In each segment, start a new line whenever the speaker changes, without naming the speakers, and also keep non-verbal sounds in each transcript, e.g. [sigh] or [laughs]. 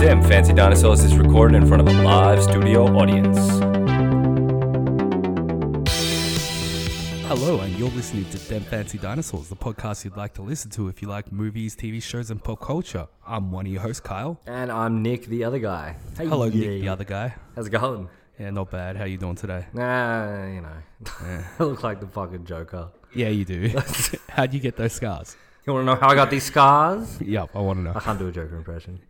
Tim, Fancy Dinosaurs is recorded in front of a live studio audience.
Hello, and you're listening to Them Fancy Dinosaurs, the podcast you'd like to listen to if you like movies, TV shows, and pop culture. I'm one of your hosts, Kyle.
And I'm Nick, the other guy. Hey,
Hello,
yeah.
Nick, the other guy.
How's it going?
Yeah, not bad. How you doing today?
Nah, you know. [laughs] I look like the fucking Joker.
Yeah, you
[laughs]
do. [laughs] How'd you get those scars?
You want to know how I got these scars?
Yep, I want to
I [laughs]
know.
can't do a
[laughs]
Joker impression.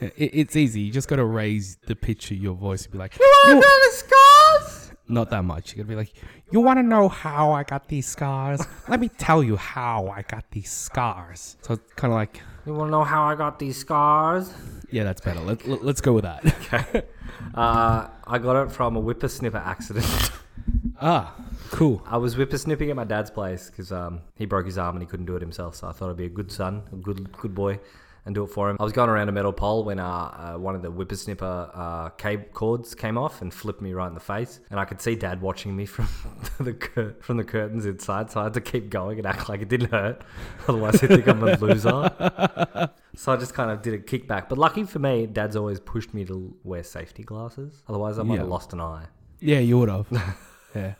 It, it's easy. You just got to raise the pitch of your voice and be like,
You want to know the scars?
not that much. You got to be like, you want to know how I got these scars? Let me tell you how I got these scars. So it's kind of like,
You want to know how I got these scars?
yeah, that's better. Let, let, let's go with that. [laughs]
Uh, I got it from a whippersnipper accident. [laughs]
ah, cool.
I was whippersnipping at my dad's place because um, he broke his arm and he couldn't do it himself. So I thought I'd be a good son, a good good boy, and do it for him. I was going around a metal pole when uh, uh, one of the whippersnipper uh, cable cords came off and flipped me right in the face. And I could see dad watching me [laughs] from the cur- from the curtains inside. So I had to keep going and act like it didn't hurt. [laughs] Otherwise, he'd think I'm a loser. so I just kind of did a kickback. But lucky for me, dad's always pushed me to wear safety glasses. Otherwise, I might have
Yeah.
lost an eye.
Yeah, you would [laughs] have. yeah. It's-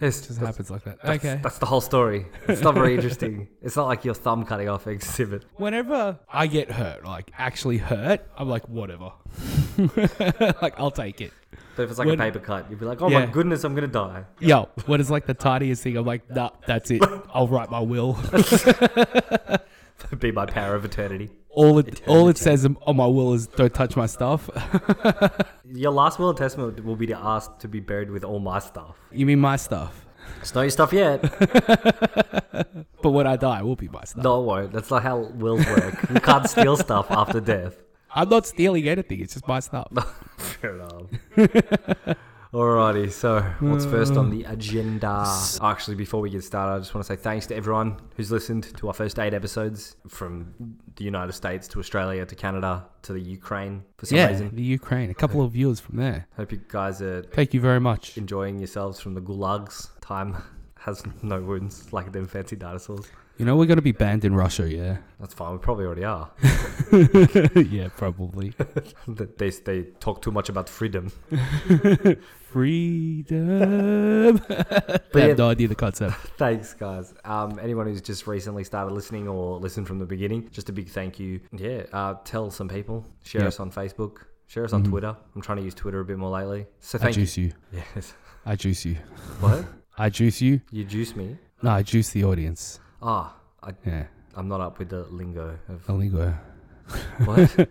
Yes,
it just
that's-
happens like that.
That's,
okay.
That's the whole story. It's not very interesting. It's not like your thumb cutting off exhibit.
Whenever I get hurt, like actually hurt, I'm like, [laughs] whatever. like, I'll take it.
But if it's like
When-
a paper cut, you'd be like, oh my
Yeah.
goodness, I'm going to die. [laughs]
Yo, what is like the tiniest thing? I'm like, nah, that's [laughs] it. I'll write my will. [laughs]
That'd be my power of eternity.
All [laughs] it, all it says on my will is don't touch my stuff. [laughs]
Your last will and testament will be to ask to be buried with all my stuff.
you mean my stuff?
It's not your stuff yet.
[laughs] But when I die, it will be my stuff.
no, it won't. That's not how wills work. You can't steal stuff after death.
I'm not stealing anything. It's just my stuff.
Fair enough. Alrighty, so what's first on the agenda? Actually, before we get started, I just want to say thanks to everyone who's listened to our first eight episodes from the United States to Australia to Canada to the Ukraine for some
yeah,
reason.
the Ukraine. A couple of viewers from there.
Hope you guys are
Thank you very much.
enjoying yourselves from the gulags. Time has no wounds like them fancy dinosaurs.
You know, we're going to be banned in Russia, [laughs] yeah?
That's fine, we probably already are. [laughs]
yeah, probably.
they, they talk too much about freedom.
[laughs] Freedom. I
yeah-
have no idea the concept.
Thanks, guys. Um, anyone who's just recently started listening or listened from the beginning, just a big thank you. Yeah, uh, tell some people. Share
Yep.
us on Facebook. Share us on Twitter. I'm trying to use Twitter a bit more lately. So
Mm-hmm. I
thank you. [laughs]
juice you.
Yes.
I juice you.
What?
I juice you.
you juice me?
No, I juice the audience.
Ah, I,
Yeah,
I'm not up with the lingo of
the lingo. Oh. [laughs]
what?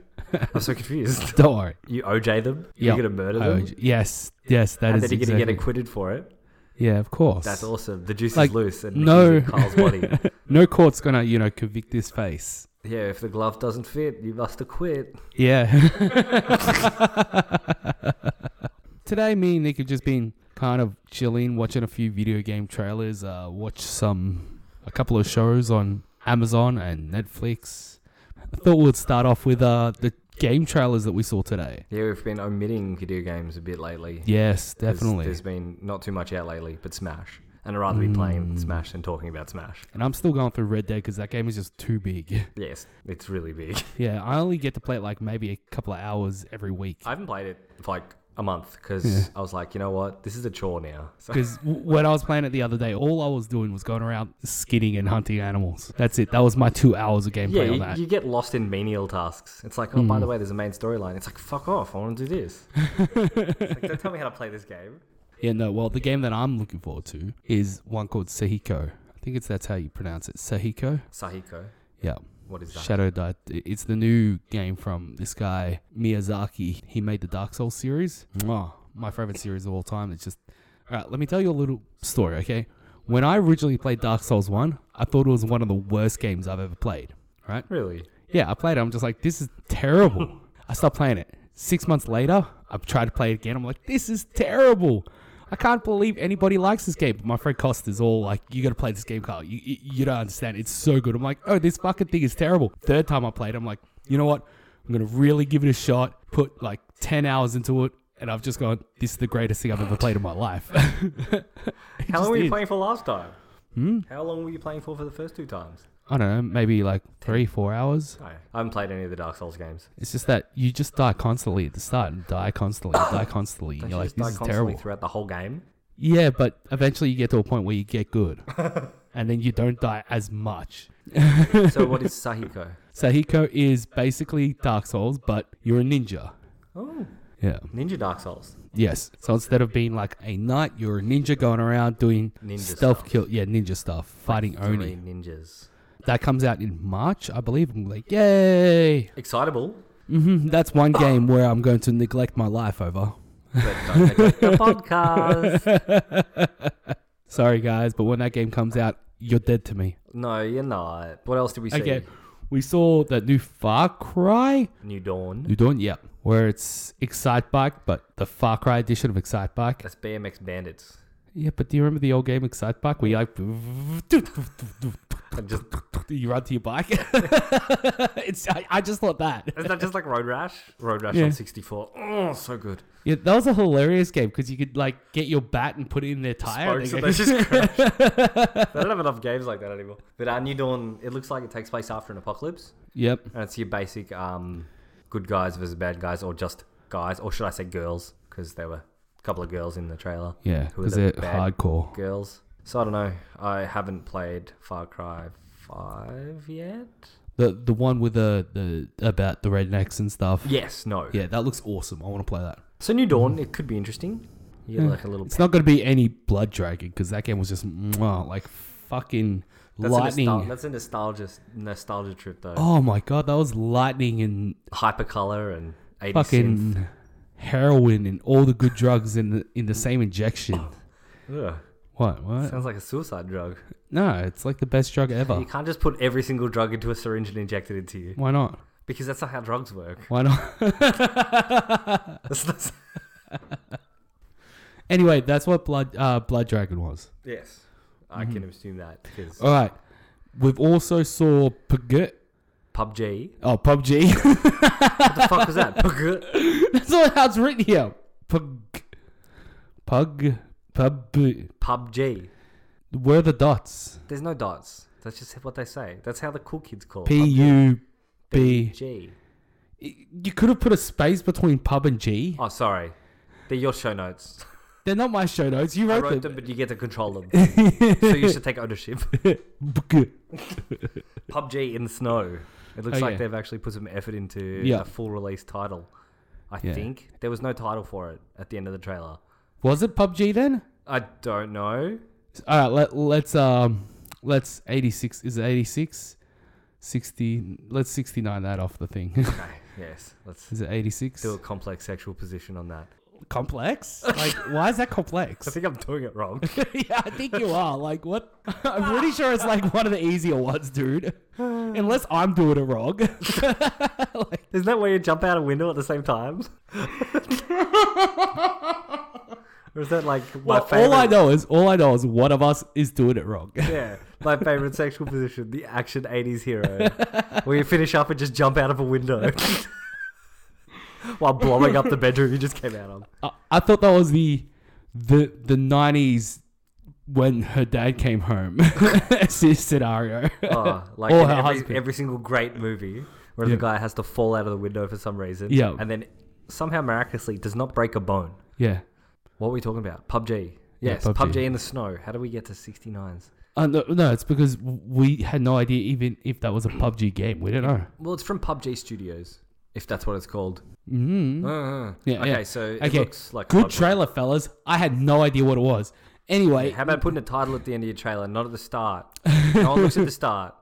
I'm so confused.
Don't worry.
You OJ them?
Yeah.
You're gonna murder
I
them?
would- yes, yes, that
and
is
then you're
exactly.
gonna get acquitted for it.
yeah, of course.
That's awesome. The juice
Like,
is loose and
no.
he's in
[laughs]
Carl's body.
No court's gonna, you know, convict this face.
yeah, if the glove doesn't fit, you must acquit.
Yeah. [laughs] Today, me and Nick have just been kind of chilling, watching a few video game trailers, uh, watch some, a couple of shows on Amazon and Netflix. I thought we'd start off with uh, the game trailers that we saw today.
Yeah, we've been omitting video games a bit lately.
Yes,
There's-
definitely.
there's been not too much out lately, but Smash. And I'd rather be
Hmm.
playing Smash than talking about Smash.
And I'm still going through Red Dead because that game is just too big. [laughs]
Yes, it's really big. [laughs]
yeah, I only get to play it like maybe a couple of hours every week.
I haven't played it for like a month because I was like, you know what? This is a chore now. [laughs] So,
Because when I was playing it the other day, all I was doing was going around skinning and hunting animals. That's it. That was my two hours of gameplay
yeah,
on
you,
that. Hmm.
you get lost in menial tasks. It's like, oh, by the way, there's a main storyline. It's like, fuck off. I want to do
[laughs]
this. It's like, don't tell me how to play this game.
yeah, no. Well, the game that I'm looking forward to is one called Sahiko. I think it's that's how you pronounce it. Sahiko.
Sahiko.
Yeah.
What is that?
Shadow Die. It's the new game from this guy Miyazaki. He made the Dark Souls series. Mwah. My favorite series of all time. It's just. All right. Let me tell you a little story. Okay. When I originally played Dark Souls one, I thought it was one of the worst games I've ever played. Right. [laughs]
really?
Yeah, I played it. I'm just like, this is terrible. I stopped playing it. Six months later, I've tried to play it again. I'm like, this is terrible. I can't believe anybody likes this game. But my friend Costa's all like, you got to play this game, Carl. You, you, you don't understand. It's so good. I'm like, oh, this fucking thing is terrible. Third time I played, I'm like, you know what? I'm going to really give it a shot, put like 10 hours into it. And I've just gone, this is the greatest thing I've ever played in my life. [laughs]
How long
just
were you
is.
playing for last time? Hmm? How long were you playing for for the first two times?
I don't know, maybe like three, four hours.
I haven't played any of the Dark Souls games.
It's just that you just die constantly at the start, and die constantly,
[coughs]
die constantly.
Don't
You're
you
like,
just die
this is
constantly
terrible.
throughout the whole game?
Yeah, but eventually you get to a point where you get
[laughs]
good, and then you don't die as much.
So what is Sahiko?
Sahiko is basically Dark Souls, but you're a ninja.
Oh,
Yeah.
Ninja Dark Souls.
Yes. So instead of being like a knight, you're a ninja going around doing
Ninja
stealth kill. Yeah, ninja stuff, fighting
Three
Oni.
ninjas.
That comes out in March, I believe. I'm like, yay! [laughs]
Excitable,
hmm That's one game where I'm going to neglect my life over.
but don't neglect the
[laughs]
podcast.
Sorry, guys, but when that game comes out, you're dead to me.
No, you're not. What else did we see?
Okay. We saw that new Far Cry.
New Dawn.
New Dawn, yeah. Where it's Excite Bike, but the Far Cry edition of Excite Bike.
That's BMX Bandits.
Yeah, but do you remember the old game Excite Bike where you like [laughs]
And just
you run to your bike? [laughs] it's I, I just thought that.
Isn't that just like Road Rash? Road Rash
Yeah.
on 64. Oh, so good.
Yeah, that was a hilarious game because you could like get your bat and put it in their tire.
Spokes
and
and
they
they
go-
just crash. they don't have enough games like that anymore. But uh, New Dawn, it looks like it takes place after an apocalypse.
[laughs] yep.
And it's your basic um, good guys versus bad guys, or just guys, or should I say girls, because there were a couple of girls in the trailer.
Yeah,
Who are
because
the
they're
bad
hardcore.
girls. So I don't know. I haven't played Far Cry 5 yet.
The the one with the, the about the rednecks and stuff.
Yes, no.
Yeah, that looks awesome. I want to play that.
So New Dawn, it could be interesting. You get like a little
Mm. It's not going to be any Blood Dragon because that game was just mwah, like fucking
that's A nostal-
lightning.
that's a nostalgia, nostalgia trip, though.
Oh my god, that was lightning and
Hypercolor and 80 synth.
fucking heroin and all the good drugs in the, in the same
[coughs]
injection.
Ugh,
What? What?
sounds like a suicide drug.
No, it's like the best drug ever.
You can't just put every single drug into a syringe and inject it into you
Why not?
because that's not how drugs work.
Why not?
That's not-
[laughs] anyway, that's what Blood uh, Blood Dragon was.
yes, I
Mm-hmm.
can assume that because
All right. We've also saw Pug-
PUBG.
Oh, [laughs] PUBG.
What the fuck was
[laughs]
that? Pug-
that's not how it's written here. Pug. Pug. Pub.
PUBG.
Where are the dots?
There's no dots. That's just what they say. That's how the cool kids call it.
P U B.
PUBG.
You could have put a space between pub and G.
Oh, sorry. They're your
[laughs]
show notes.
They're not my show notes. You
I
wrote,
wrote
them.
them, but you get to control them. so you should
[laughs]
take ownership.
Pug.
PUBG in the snow. It looks
Okay.
like they've actually put some effort into
Oh, Yeah.
a full release title. I
Yeah.
think there was no title for it at the end of the trailer.
Was it PUBG then?
I don't know.
All right, let, let's um, let's eighty six is it eighty six, sixty. Let's sixty nine that off the thing.
Okay, yes, let's
[laughs] is it eighty six?
do a complex sexual position on that.
Complex? Like, why is that complex?
I think I'm doing
[laughs]
it wrong.
yeah, I think you are. Like, what? [laughs] I'm pretty sure it's like one of the easier ones, dude. Unless I'm doing it wrong. like,
Isn't that where you jump out a window at the same time? [laughs] or is that like my
well, [laughs]
favorite?
all I know is all I know is one of us is doing it wrong. [laughs]
Yeah, my favorite sexual position, the action 80s hero, where you finish up and just jump out of a window while blowing up the bedroom you just came out of.
I, I thought that was the the the nineties when her dad came home [laughs] scenario. [laughs]
Oh, like
Or
in
her
every,
husband.
every single great movie where
Yeah.
the guy has to fall out of the window for some reason.
Yeah.
And then somehow miraculously does not break a bone.
yeah.
What were we talking about? PUBG.
Yeah,
Yes,
PUBG.
PUBG. in the snow. How do we get to 69s?
Uh, no, no, it's because we had no idea even if that was a PUBG game. We don't know.
Well, it's from PUBG Studios, if that's what it's called.
Mm-hmm.
Uh,
Yeah,
okay,
yeah.
so it
Okay,
looks like
Good
PUBG.
trailer, fellas. I had no idea what it was. Anyway,
How about putting a title at the end of your trailer, not at the start? No one looks at the start.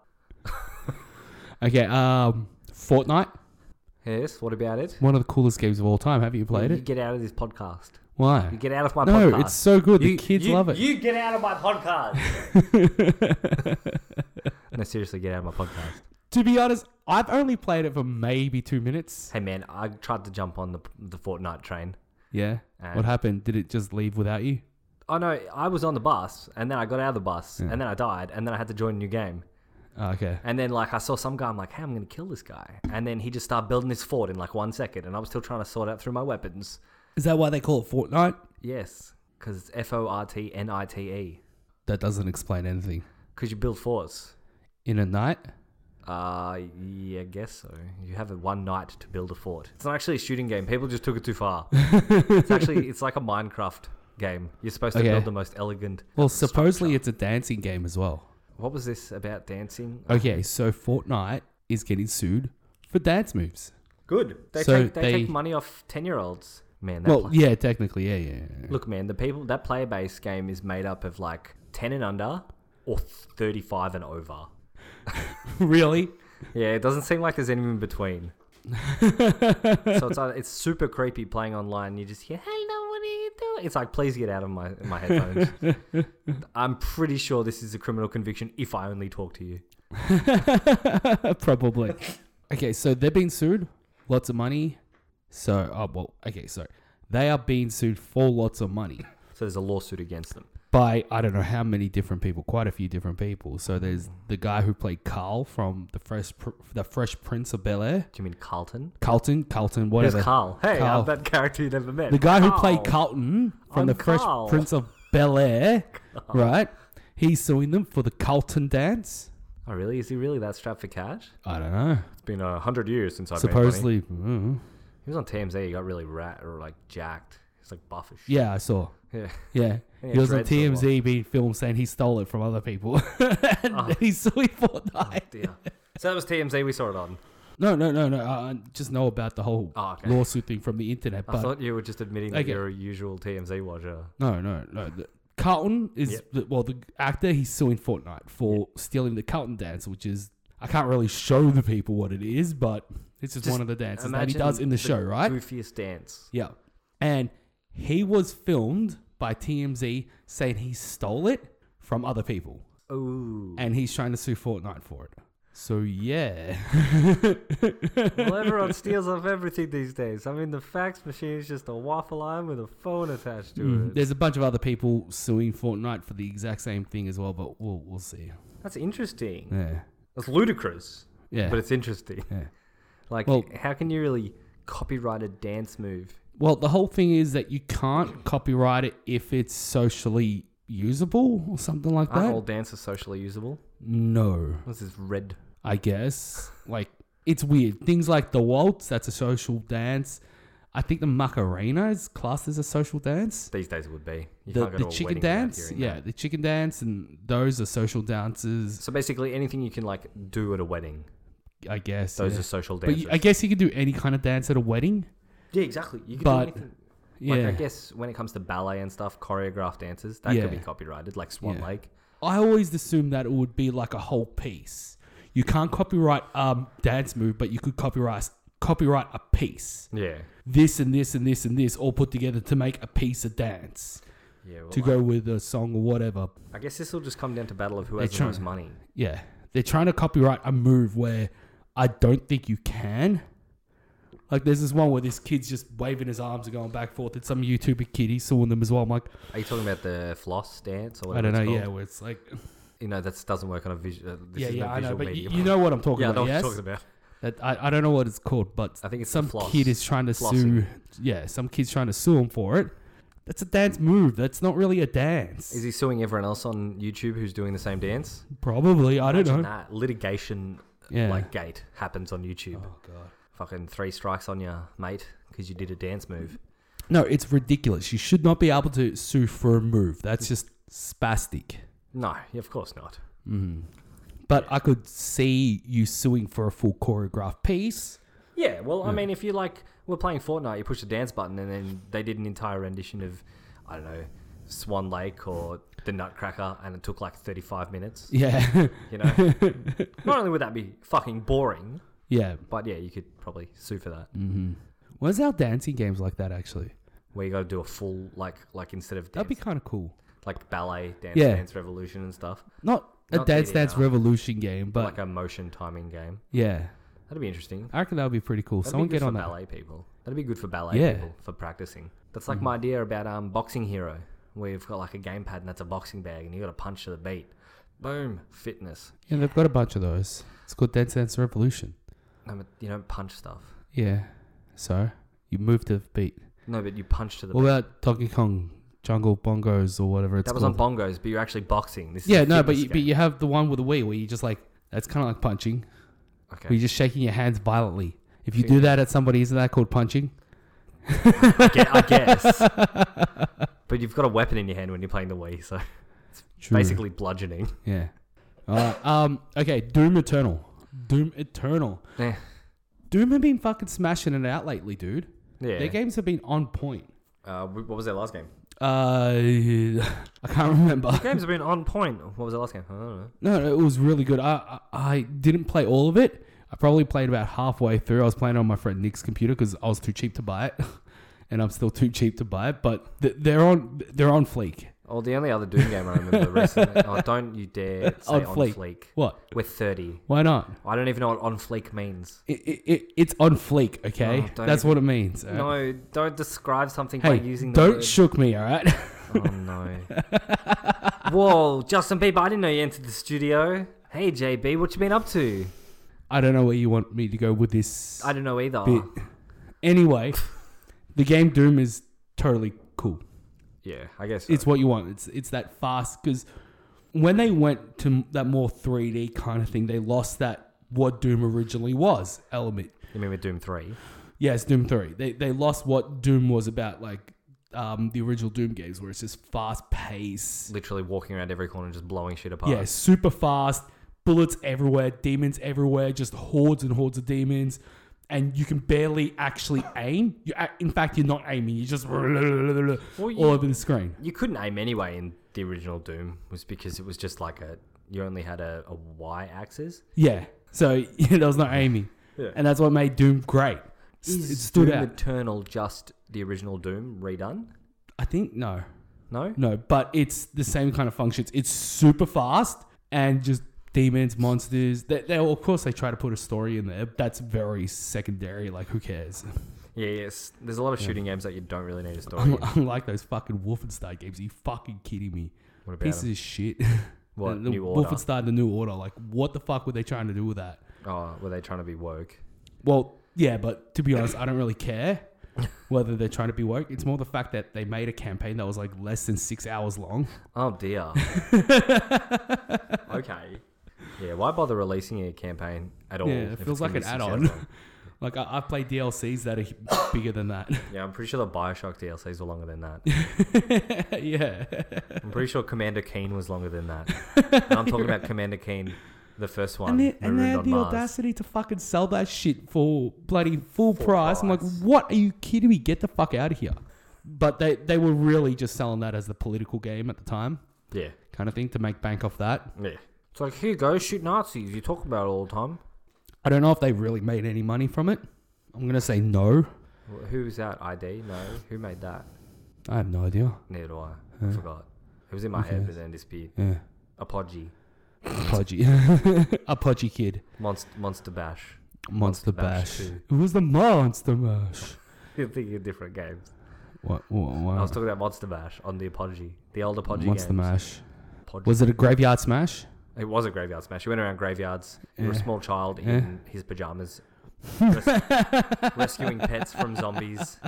okay. Um, Fortnite,
[laughs] Yes, what about it?
one of the coolest games of all time. Have you played
you
it?
get out of this podcast. You
Why?
get out of my
No,
podcast.
it's so good.
You-
the kids
you-
love it.
You get out of my podcast. no, seriously, get out of my podcast.
[laughs] to be honest, I've only played it for maybe two minutes.
Hey, man, I tried to jump on the the Fortnite train.
Yeah.
And-
what happened? Did it just leave without you?
Oh no, I was on the bus, and then I got out of the bus, and then I died, and then I had to join a new game.
Oh, okay.
And then like I saw some guy, I'm like, hey, I'm gonna kill this guy. And then he just started building his fort in like one second, and I was still trying to sort out through my weapons.
Is that why they call it Fortnite?
Yes, because it's F O R T N I T E.
That doesn't explain anything.
Because you build forts.
in a night?
Uh, yeah, I guess so. You have one night to build a fort. It's not actually a shooting game. People just took it
[laughs]
too far. it's actually it's like a Minecraft game. You're supposed to
Okay.
build the most elegant.
Well, supposedly it's a dancing game as well.
What was this about dancing?
Okay, so Fortnite is getting sued for dance moves.
Good. They
So
take they,
they-
take money off ten year olds. Man, that
Well,
pla-
yeah, technically, yeah, yeah. yeah.
look, man, the people that player base game is made up of like ten and under or thirty five and over.
[laughs] really?
Yeah, it doesn't seem like there's anything
[laughs]
in between. so it's uh, it's super creepy playing online. You just hear "Hello, what are you doing?" It's like, please get out of my
[laughs]
my headphones. I'm pretty sure this is a criminal conviction if I only talk to you.
[laughs] Probably. okay, so they're being sued. Lots of money. So, oh, well, okay, so they are being sued for lots of money
So there's a lawsuit against them.
by I don't know how many different people, quite a few different people. So there's the guy who played Carl from the Fresh Pr- the Fresh Prince of Bel Air,
Do you mean Carlton?
Carlton, Carlton,
Who's
whatever.
Carl? Hey,
Carl.
I'm that character you never met.
The guy who played
Carl.
Carlton from
I'm
the Fresh
Carl.
Prince of Bel Air,
[laughs]
right? He's suing them for the Carlton dance.
Oh, really? Is he really that strapped for cash?
I don't know.
It's been a hundred years since I've Supposedly.
Supposedly, mm,
He was on TMZ. He got really rat or like jacked. He's like buffish.
yeah, I saw.
[laughs] Yeah.
Yeah.
Yeah,
He was on
dreads a lot. Ah.
TMZ being filmed saying he stole it from other people. [laughs] and then he's suing Fortnite.
Dear. So that was TMZ we saw it on.
No, no, no, no. I I just know about the whole
Oh, okay.
lawsuit thing from the internet.
I
But
thought you were just admitting that
Okay.
you're a usual TMZ watcher.
no, no, no. The, Carlton is,
Yep.
the, well, the actor, he's suing Fortnite for stealing the Carlton dance, which is, I can't really show the people what it is, but it's just,
Just
one of the dances that he does in the, show, right?
Goofiest dance.
Yeah. And he was filmed by TMZ saying he stole it from other people.
Ooh.
and he's trying to sue Fortnite for it. So
[laughs]
yeah, [laughs]
well, everyone steals off everything these days. I mean, the fax machine is just a waffle iron with a phone attached to it.
there's a bunch of other people suing Fortnite for the exact same thing as well, but we'll we'll see.
That's interesting.
Yeah,
That's ludicrous,
yeah.
but it's interesting.
Yeah.
Like,
Well-
how can you really copyright a dance move?
well, the whole thing is that you can't copyright it if it's socially usable or something like
Aren't
that.
all dances socially usable?
No,
What's this red?
I guess like it's weird. Things like the waltz, that's a social dance. I think the Macarena is classed as a social dance.
These days it would be. You
the,
can't go
the
to a
chicken
wedding without
dance,
hearing
yeah,
that.
the chicken dance, and those are social dances,
So basically, anything you can like do at a wedding,
I guess.
those
yeah.
are social
but
dances.
you, I guess you can do any kind of dance at a wedding.
yeah, exactly. You can
but-
do anything.
Yeah,
Like I guess when it comes to ballet and stuff, choreographed dances that
Yeah.
could be copyrighted, like Swan
Yeah.
Lake.
I always assumed that it would be like a whole piece. You can't copyright um dance move, but you could copyright copyright a piece.
Yeah,
This and this and this and this all put together to make a piece of dance
yeah. Well,
to go with a song or whatever.
I guess this will just come down to battle of who has the
try-
most money.
Yeah, they're trying to copyright a move where I don't think you can. Like, there's this one where this kid's just waving his arms and going back and forth, and some YouTuber kid he's suing them as well. I'm like,
Are you talking about the floss dance or
I
whatever?
don't know,
it's
yeah,
called?
where it's like,
You know that doesn't work on a visual. Uh, this
yeah,
isn't
yeah,
a
I know,
visual
but you,
medium. [laughs]
you know what I'm talking
yeah, I know
about,
what
yes?
you're talking about.
That, I, I don't know what it's called, but
I think it's the
some
floss.
kid is trying to sue. Yeah, some kid's trying to sue him for it. That's a dance move. That's not really a dance.
Is he suing everyone else on YouTube who's doing the same dance?
Probably, I don't know.
Imagine that litigation
Yeah.
like gate happens on YouTube.
Oh, God.
Fucking three strikes on you, mate, because you did a dance move.
No, it's ridiculous. You should not be able to sue for a move.
Mm.
That's just spastic.
No, of course not.
But I could see you suing for a full choreographed
[laughs]
piece.
Yeah, well, I mean, if you like, we're playing Fortnite, you push the dance button, and then they did an entire rendition of, I don't know, Swan Lake or the Nutcracker, and it took like 35 minutes.
Yeah.
You know, not only would that be fucking boring,
[laughs] yeah.
but yeah, you could probably sue for that.
Mm. Where's our dancing games like that, actually?
Where you got to do a full like, like instead of dance,
That'd be kind of cool.
like ballet, dance,
Yeah.
dance revolution and stuff,
Not a
Not
Dance
DDR.
Dance Revolution game, but
like a motion timing game.
yeah.
That'd be interesting.
I reckon that would be pretty cool.
That'd
Someone
be
get
good for
on that.
ballet people. That'd be good for ballet
Yeah. Mm-hmm.
people for practicing. That's like my idea about um, boxing hero, where you've got like a game pad and that's a boxing bag, and you got to punch to the beat. Boom, fitness.
Yeah, they've got a bunch of those. It's called Dance Dance Revolution.
No, but you don't punch stuff.
Yeah. So you move to the beat.
No, but you punch to the.
What
beat.
about Donkey Kong Jungle Bongos or whatever it's
That was
called?
on bongos, but you're actually boxing. This is
yeah,
a
no, but
fitness
you, but
game.
you have the one with the Wii where you just like That's kind of like punching.
Okay.
where You're just shaking your hands violently. If you do that at somebody, isn't that called punching?
I gue-
[laughs]
I guess. but you've got a weapon in your hand when you're playing the Wii, so
Hmm. True.
basically bludgeoning.
Yeah. All right. Um. Okay. Doom Eternal. Doom Eternal.
Yeah.
Doom have been fucking smashing it out lately, dude. Their
Yeah.
games have been on point.
Uh, wh- what was their last game? [laughs]
Uh, [laughs] I can't remember. [laughs]
Games have been on point. What was their last game? I don't know.
No, no, it was really good. I, I I didn't play all of it. I probably played about halfway through. I was playing on my friend Nick's computer because I was too cheap to buy it, [laughs] and I'm still too cheap to buy it. But th- they're on they're on fleek.
Oh, the only other Doom game I
[laughs]
remember recently. Oh, don't you dare say
On
on,
fleek.
fleek.
What?
We're 30.
Why not?
I don't even know what on fleek means.
It, it, it it's on fleek. Okay,
Oh, don't
that's
even-
what it means. all right?
No, don't describe something by
Hey,
using the
don't
word.
shook me. All right. [laughs]
oh, no. Whoa, Justin Bieber, I didn't know you entered the studio. Hey, JB, what you been up to?
I don't know where you want me to go with this.
I don't know either.
bit. Anyway, the game Doom is totally cool.
Yeah, I guess. uh,
It's what you want. It's it's that fast because when they went to m- that more 3D kind of thing, they lost that what Doom originally was element.
You mean with Doom 3?
Yeah, it's Doom Three. They they lost what Doom was about, like um, the original Doom games, where it's just fast pace.
Literally walking around every corner just blowing shit apart.
Yeah, super fast, bullets everywhere, demons everywhere, just hordes and hordes of demons. And you can barely actually aim. You, a- in fact, you're not aiming. You're just
you-
all over the screen.
You couldn't aim anyway in the original Doom, was because it was just like a. You only had a, a Y axis.
Yeah. So [laughs] there was no aiming.
Yeah.
And that's what made Doom great. S- it stood
Doom
out.
Eternal just the original Doom redone?
I think no.
No?
No, but it's the same kind of functions. It's super fast and just demons, monsters. They, they of course they try to put a story in there. That's very secondary. Like who cares? [laughs]
Yeah, yes. There's a lot of shooting games that you don't really need a story.
I'm,
in.
I'm like those fucking Wolfenstein games. Are you fucking kidding me?
What about
Pieces
'em?
of shit. [laughs]
What,
the, the
New Order?
Wolfenstein, the New Order. Like what the fuck were they trying to do with that?
Oh, were they trying to be woke?
Well, yeah, but to be honest, I don't really care whether they're trying to be woke. It's more the fact that they made a campaign that was like less than six hours long.
Oh
[laughs]
dear. okay. Yeah, why bother releasing a campaign at all?
Yeah,
if
it
it's
feels like
gonna
an
be six
add
hours
on. [laughs]
long?
like, I, I've played DLCs that are bigger than that. [laughs]
Yeah, I'm pretty sure the Bioshock DLCs were longer than that.
yeah.
I'm pretty sure Commander Keen was longer than that. And I'm talking about Commander Keen, the first one,
And they, and they
marooned
had
on
the
Mars.
audacity to fucking sell that shit for bloody full price. I'm like, what are you kidding me? Get the fuck out of here. But they, they were really just selling that as the political game at the time,
Yeah,
kind of thing, to make bank off that.
yeah. It's like here you go, shoot Nazis. You talk about it all the time.
I don't know if they really made any money from it. I'm going to say no.
Wh- Who's that? ID? No, who made that?
I have no idea.
Neither do I. I forgot. It was in my head, but then disappeared.
Yeah.
Apogee, [laughs]
Pudgy. a pudgy kid.
Monster, Monster Bash. [laughs]
Monster,
Monster
Bash.
Bash
It
two.
was the Monster Bash.
You're thinking of different games.
What? what, what
I was talking about Monster Bash on the Apogee, the old Apogee
Oh. Monster
games.
Mash.
Apogee.
Was it a graveyard smash?
It was a graveyard smash. He went around graveyards. You were a
Yeah.
small child
Yeah.
in his pajamas,
[laughs]
res- rescuing pets from zombies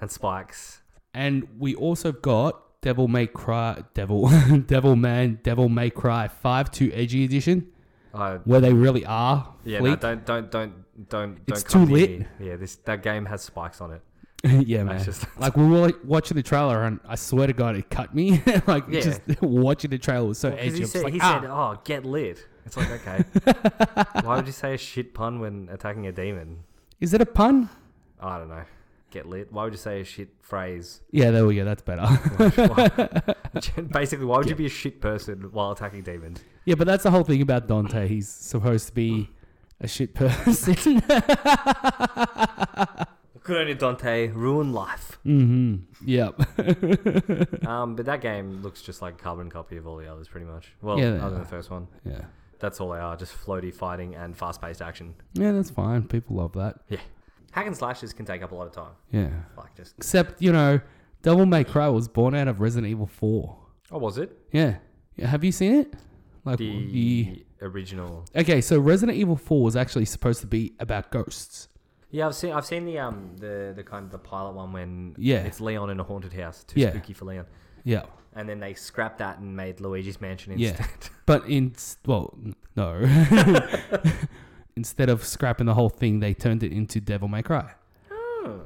and spikes.
And we also got Devil May Cry, Devil, [laughs] Devil Man, Devil May Cry 5 2 Edgy Edition,
Uh,
where they really are.
yeah, no,
fleet.
don't, don't, don't, don't,
It's
don't. come
too
near
lit.
me. Yeah, this that game has spikes on it.
[laughs] yeah, man.
That's [laughs] just-
like we were like, watching the trailer, and I swear to God, it cut me. [laughs] like
Yeah.
just watching the trailer was so
Because
edgy. I
he
was
said,
like,
he
ah.
said, "Oh, get lit." It's like,
[laughs]
okay, why would you say a shit pun when attacking a demon?
Is it a pun?
I don't know. Get lit. Why would you say a shit phrase? [laughs]
Yeah, there we go. That's better. [laughs]
Basically, why would you be a shit person while attacking demons?
yeah, but that's the whole thing about Dante. He's supposed to be a shit person. [laughs]
Good on you, Dante. Ruin
[laughs]
life.
hmm Yep.
Um, but that game looks just like a carbon copy of all the others, pretty much. Well,
Yeah, they
other
are.
than the first one,
Yeah.
that's all they are: just floaty fighting and fast-paced action.
Yeah, that's fine. People love that.
Yeah, hack and slashes can take up a lot of time.
Yeah.
Like just
Except, you know, Devil May Cry was born out of Resident Evil 4.
oh, was it
Yeah. yeah have you seen it? Like the
the original?
Okay, so Resident Evil 4 was actually supposed to be about ghosts.
Yeah, I've seen I've seen the um the the kind of the pilot one when
Yeah.
it's Leon in a haunted house. Too
Yeah.
spooky for Leon.
Yeah.
and then they scrapped that and made Luigi's Mansion
Yeah.
instead. [laughs]
But in well, n- no. [laughs] Instead of scrapping the whole thing, they turned it into Devil May Cry.
Oh,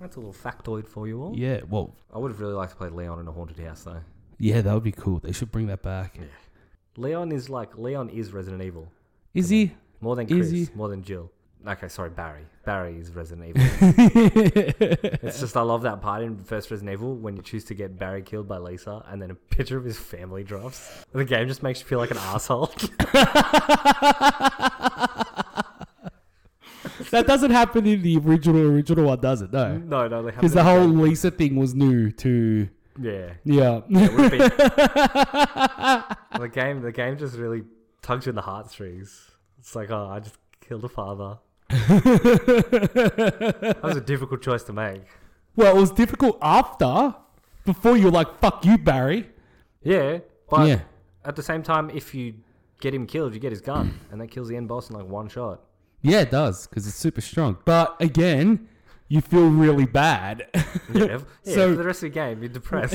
That's a little factoid for you all.
Yeah, well,
I would have really liked to play Leon in a haunted house though.
yeah, that would be cool. They should bring that back.
Leon is like Leon is Resident Evil
Is he?
more than Chris,
Is
more than Jill. Okay, sorry, Barry. Barry is Resident Evil. it's just I love that part in first Resident Evil when you choose to get Barry killed by Lisa, and then a picture of his family drops. The game just makes you feel like an asshole.
[laughs]
[laughs]
That doesn't happen in the original original one, does it? No.
no, no, they
Because
haven't.
the whole Lisa thing was new to
yeah,
yeah.
it would be. the game the game just really tugs you in the heartstrings. It's like, oh, I just killed a father.
[laughs]
that was a difficult choice to make.
[laughs] well, it was difficult after, before you were like, "Fuck you, Barry."
Yeah, but
Yeah.
at the same time, if you get him killed, you get his gun, and that kills the end boss in like one shot.
Yeah, it does because it's super strong. But again, you feel really bad.
Yeah,
[laughs]
f- yeah,
So-
for the rest of the game, you're depressed,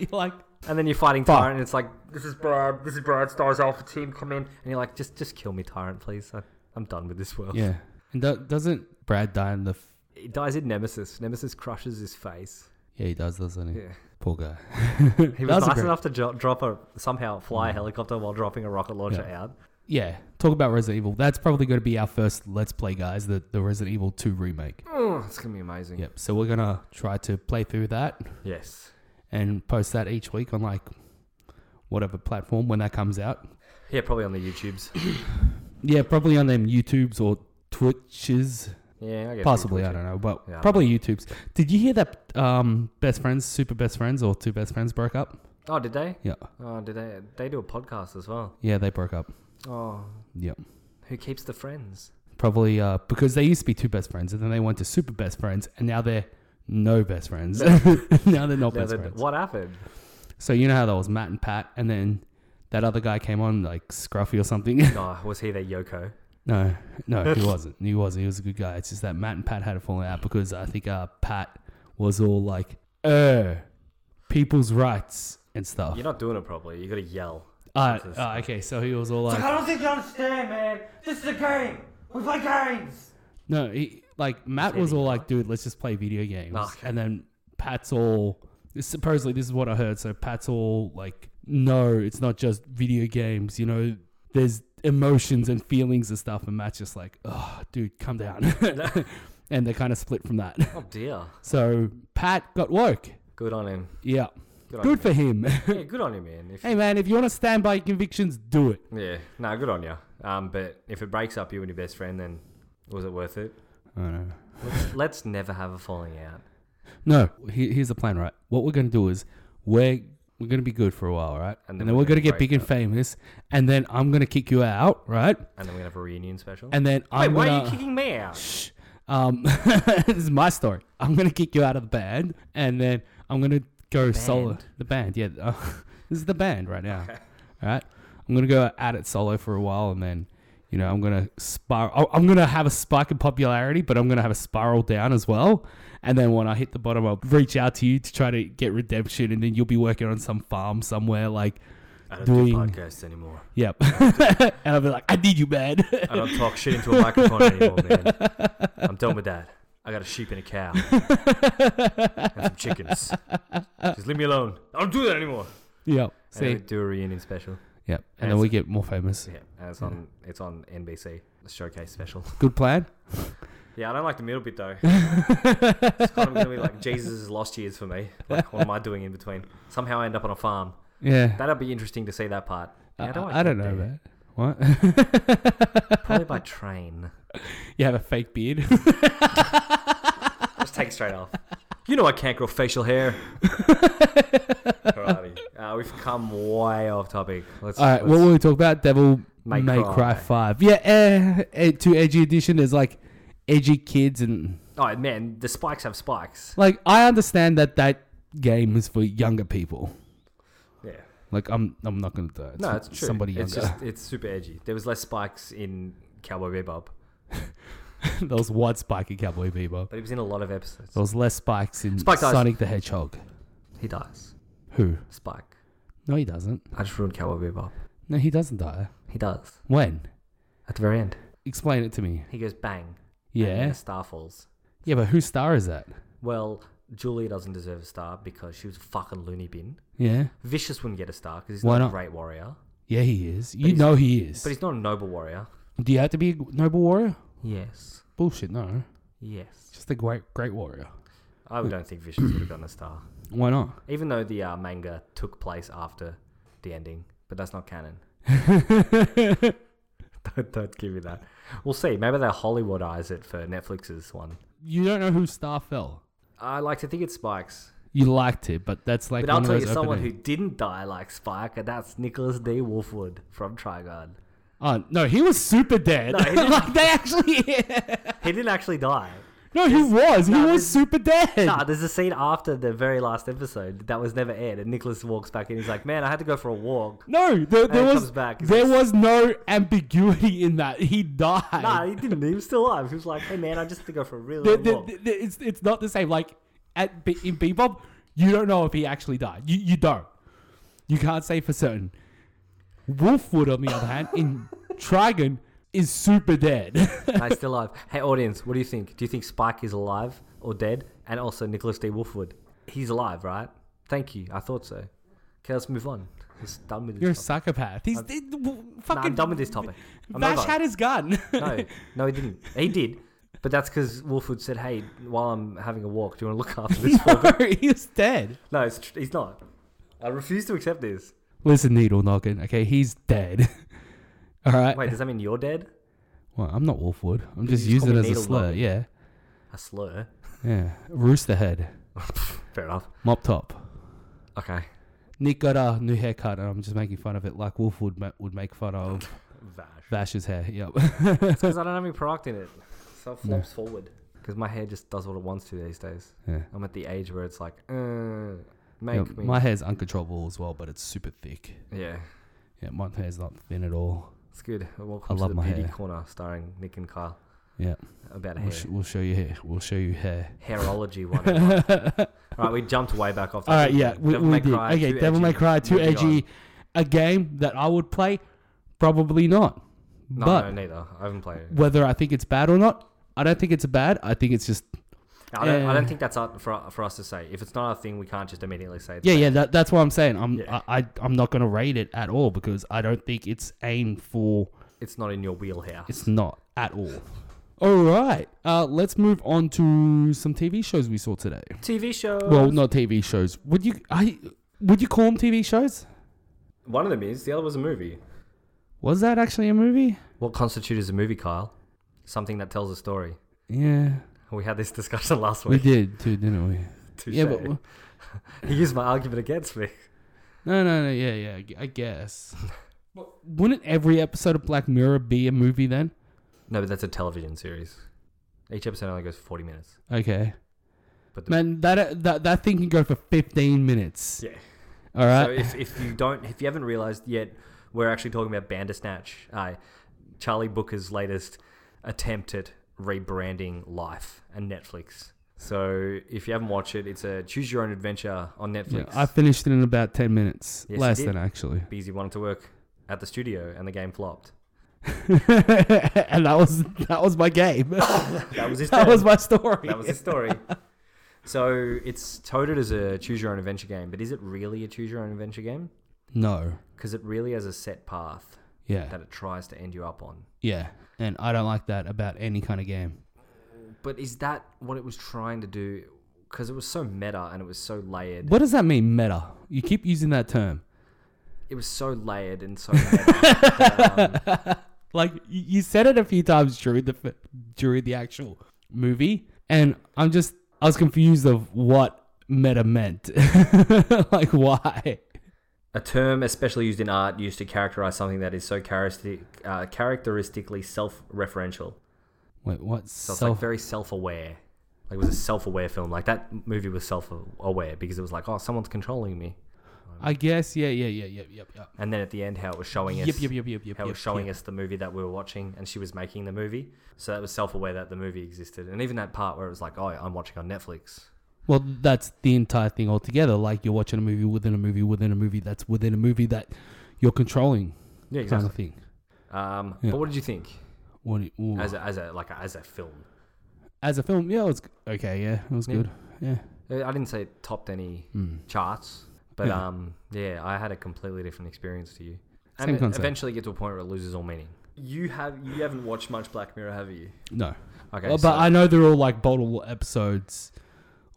[laughs] You're like,
and then you're fighting
Fuck.
Tyrant, and it's like, this is Brad, this is Brad Stars Alpha Team, come in, and you're like, just just kill me, Tyrant, please. I, I'm done with this world.
yeah. And do- doesn't Brad die in the? F-
He dies in Nemesis. Nemesis crushes his face.
yeah, he does, doesn't he?
Yeah.
Poor [laughs] guy.
He
That was
was
a
nice
great- Mm.
enough to jo- drop a somehow fly a helicopter while dropping a rocket launcher out.
Yeah, talk about Resident Evil. That's probably going to be our first Let's Play, guys. The the Resident Evil Two remake.
Oh, it's gonna be amazing.
Yep. So we're gonna try to play through that
Yes.
and post that each week on like whatever platform when that comes out.
Yeah, probably on the YouTubes.
Yeah, probably on them YouTubes or Twitches.
Yeah, I guess
Possibly, I don't know, but
Yeah.
probably YouTube's. Did you hear that? Um, best friends, super best friends, or two best friends broke up?
Oh, did they?
Yeah,
Oh, did they? They do a podcast as well.
yeah, they broke up.
Oh,
Yep.
who keeps the friends?
Probably uh, because they used to be two best friends, and then they went to super best friends, and now they're no best friends. [laughs] now they're not
Now
best
that-
friends.
what happened?
So you know how that was Matt and Pat, and then that other guy came on like Scruffy or something. [laughs]
No, was he their Yoko?
no, no, he wasn't. He wasn't. He was a good guy. It's just that Matt and Pat had a falling out because I think uh, Pat was all like, "Uh, people's rights." And stuff.
You're not doing it properly. You gotta yell.
Uh, uh, okay, so he was all like,
I don't think you understand, man. This is a game. We play games.
no, he, like Matt was all like, dude, let's just play video games.
Okay.
And then Pat's all, supposedly this is what I heard. So Pat's all like, no, it's not just video games. You know, there's emotions and feelings and stuff. And Matt's just like, oh, dude, come down. [laughs] and they kind of split from that. [laughs]
Oh dear.
So Pat got woke.
Good on him.
Yeah.
Good on
Good for him. [laughs]
you. Yeah, good on you, man. If,
hey, man, if you want to stand by your convictions, do it.
Yeah, nah, good on you. Um, but if it breaks up you and your best friend, then was it worth it?
I don't know.
Let's, [laughs] let's never have a falling out.
No, he- here's the plan, right? What we're gonna do is we're we're gonna be good for a while, right? And then, we're, gonna, get
break
big and famous, and then I'm gonna kick you out, right?
And then we have a reunion special.
And then
Wait,
I'm
why
gonna
are you kicking me out?
Shh. um, [laughs] this is my story. I'm gonna kick you out of the band, and then I'm gonna go solo.
band?
The band, yeah. uh, [laughs] this is the band right now. All right, I'm gonna go at it solo for a while, and then. You know, I'm gonna spiral. I'm gonna have a spike in popularity, but I'm gonna have a spiral down as well. And then when I hit the bottom, I'll reach out to you to try to get redemption, and then you'll be working on some farm somewhere. Like,
I don't
do
do
doing-
podcasts anymore.
yep. [laughs] and I'll be like, I need you, man. [laughs]
I don't talk shit into a microphone anymore, man. I'm done with that. I got a sheep and a cow and some chickens. Just leave me alone. I don't do that anymore.
yep.
And then
See.
we do a reunion special.
Yep. And then we get more famous.
Yeah, and it's on it's on NBC the showcase special.
Good plan.
[laughs] Yeah, I don't like the middle bit
[laughs]
though. it's kind of gonna be like Jesus' lost years for me. Like, what am I doing in between? Somehow I end up on a farm.
Yeah.
That'll be interesting to see that part.
I,
How do
I- I don't
get
know,
there?
man. [laughs] What?
Probably by train.
you have a fake [laughs] beard?
Just take it straight off. You know I can't grow facial
[laughs]
hair. Alrighty. Uh, we've come way off topic. Let's,
All right.
let's-
What will we talk about? Devil May,
May
Cry.
Cry.
5. Yeah. Eh, eh, to Edgy Edition, there's like edgy kids. And
oh man, the spikes have spikes.
like, I understand that that game is for younger people.
Yeah.
Like, I'm I'm not going to do it.
No,
for
it's true.
Somebody
it's
younger.
just it's super edgy. There was less spikes in Cowboy Bebop,
[laughs] there was one spike in Cowboy Bebop.
but he was in a lot of episodes.
There was less spikes in
Spike Eyes.
Sonic the Hedgehog.
He dies.
Who?
Spike.
No, he doesn't.
I just ruined Cowboy Bebop.
No, he doesn't die.
He does.
When?
At the very end.
Explain it to me.
He goes bang. And then
Yeah.
a star falls.
Yeah, but whose star is that?
Well, Julia doesn't deserve a star because she was a fucking loony bin.
Yeah.
Vicious wouldn't get a star because he's
Why
not,
not?
a great warrior.
Yeah, he is. You
he's-
know he is.
But he's not a noble warrior.
Do you have to be a noble warrior?
Yes.
Bullshit, no.
Yes.
Just a great, great warrior.
I don't think Vicious would have gotten a star.
Why not?
[laughs] Even though the uh, manga took place after the ending. But that's not canon. [laughs] don't, don't give me that. We'll see. Maybe they'll Hollywoodize it for Netflix's one.
You don't know whose star fell.
I like to think it's Spike's.
You liked it, but that's like.
But I'll
one
tell
of
you
those
someone
open
who
end-
didn't die like Spike, and that's Nicholas D. Wolfwood from Trigon.
Oh no, he was super dead.
No, he
[laughs]
didn't.
like they actually. [laughs]
He didn't actually die.
No, he was. He
no,
was
this-
super dead.
Nah, there's a scene after the very last episode that was never aired, and Nicholas walks back in. He's like, "Man, I had to go for a walk."
No, there, there
he
was
comes back, he's
there
like-
was no ambiguity in that. He died.
Nah, he didn't. He was still alive. He was like, "Hey, man, I just had to go for a really
The-
long
the-
walk."
the- the- it's it's not the same. Like at Be- in Bebop, you don't know if he actually died. You you don't. You can't say for certain. Wolfwood, on the other hand,
[laughs]
in Trigon, is super dead.
Nah, he's still alive. Hey, audience, what do you think? Do you think Spike is alive or dead? And also Nicholas D. Wolfwood, he's alive, right? Thank you. I thought so. Okay, let's move on. It's done with
[laughs]
this.
You're a
topic.
psychopath. He's it- w-
Nah,
fucking.
I'm done with this topic. I'm
Vash
over.
had his gun. [laughs]
No, no, he didn't. He did, but that's because Wolfwood said, "Hey, while I'm having a walk, do you want to look after this?" for me?"
no, he was dead.
[laughs] no, it's, tr- he's not. I refuse to accept this.
Listen, needle noggin. Okay, he's dead. [laughs] All right.
Wait, does that mean you're dead?
Well, I'm not Wolfwood. I'm just,
just
using
call
it
me
as a
Needle
slur.
Noggin.
Yeah.
A slur. [laughs]
Yeah. Rooster head.
Fair enough.
Mop top.
Okay.
Nick got a new haircut, and I'm just making fun of it like Wolf would, ma- would make fun of
Vash.
Vash's hair.
[laughs]
Yep.
Because I don't have any product in it, so it flops forward. Because my hair just does what it wants to these days.
Yeah.
I'm at the age where it's like, uh, make
Yeah,
me.
my hair's uncontrollable as well, but it's super thick.
yeah,
Yeah, my hair's not thin at all.
it's good. Welcome
love
to the
my
beauty
hair.
corner, starring Nick and Kyle
Yeah,
about
we'll,
hair.
sh- we'll show you hair. We'll show you
[laughs]
hair.
Hairology
[laughs]
one. All right, we jumped way back off. the
All right,
subject.
yeah, we,
Devil
we
May
did.
Cry,
okay,
too
Devil May
edgy.
Cry, too
Moving on.
edgy. A game that I would play, probably not.
No,
but
no, neither. I haven't played it.
whether I think it's bad or not, I don't think it's bad. I think it's just
I don't, I
Uh,
don't think that's up for, for us to say. If it's not our thing, we can't just immediately say. It's
Yeah,
bad.
yeah, that, that's what I'm saying. I'm
Yeah.
I, I I'm not gonna rate it at all because I don't think it's aimed for.
It's not in your wheelhouse.
It's not at all. All right, uh, let's move on to some TV shows we saw today.
TV show.
Well, not TV shows. Would you I would you call them TV shows?
one of them is. The other was a movie.
Was that actually a movie?
What constitutes a movie, Kyle? Something that tells a story.
Yeah,
We had this [laughs] discussion last
we
week.
did too, didn't we? Yeah, but w-
he used my argument against me.
no, no, no. Yeah, yeah. I gu- I
[laughs]
guess. But Wouldn't every episode of Black Mirror be a movie then?
No, but that's a television series. Each episode only goes forty minutes.
Okay,
But the,
man, that uh, that that thing can go for fifteen minutes.
yeah.
All right.
So if, if you don't, if you haven't realized yet, we're actually talking about Bandersnatch, uh, Charlie Booker's latest attempt at rebranding life and Netflix. So if you haven't watched it, it's a choose your own adventure on
Yeah,
Netflix.
I finished it in about 10 minutes.
Yes, you
Less
did.
than, actually.
Beezy wanted to work at the studio, and the game flopped.
[laughs] and that was that was my game. [laughs]
That was his.
that
turn.
was my story.
That was his story. so it's touted as a choose your own adventure game, but is it really a choose your own adventure game?
no.
Because it really has a set path
Yeah.
that it tries to end you up on.
Yeah. And I don't like that about any kind of game.
But is that what it was trying to do? Because it was so meta and it was so layered.
What does that mean, meta? You keep using that term.
It was so layered
[laughs]
and so. meta that, um,
Like, y- you said it a few times during the f- during the actual movie. And I'm just, I was confused of what meta meant. [laughs] like, why?
a term, especially used in art, used to characterize something that is so characteristic, uh, characteristically self-referential.
Wait, what?
So it's
self-
like very self-aware. Like it was a self-aware film. Like that movie was self-aware because it was like, oh, someone's controlling me.
I guess, yeah, yeah, yeah, yeah, yep, yep.
and then at the end how it was showing us
Yep, yep, yep, yep, yep.
how it
yep,
was showing
yep.
us the movie that we were watching and she was making the movie so that was self-aware that the movie existed and even that part where it was like oh i'm watching on netflix
Well, that's the entire thing altogether. Like you're watching a movie within a movie within a movie that's within a movie that you're controlling,
Yeah,
kind
exactly.
of thing.
Um,
Yeah.
But what did you think
What do you- ooh.
as a, as a like a, as a film?
As a film, yeah, it was g- okay. Yeah, it was
Yeah.
good. Yeah,
Uh, I didn't say it topped any charts, but
Hmm. Yeah.
um, yeah, I had a completely different experience to you.
Same
And it
concept.
eventually get to a point where it loses all meaning.
You have you haven't watched much Black Mirror, have you?
no,
Okay,
Well, but
so-
I know they're all like bottle episodes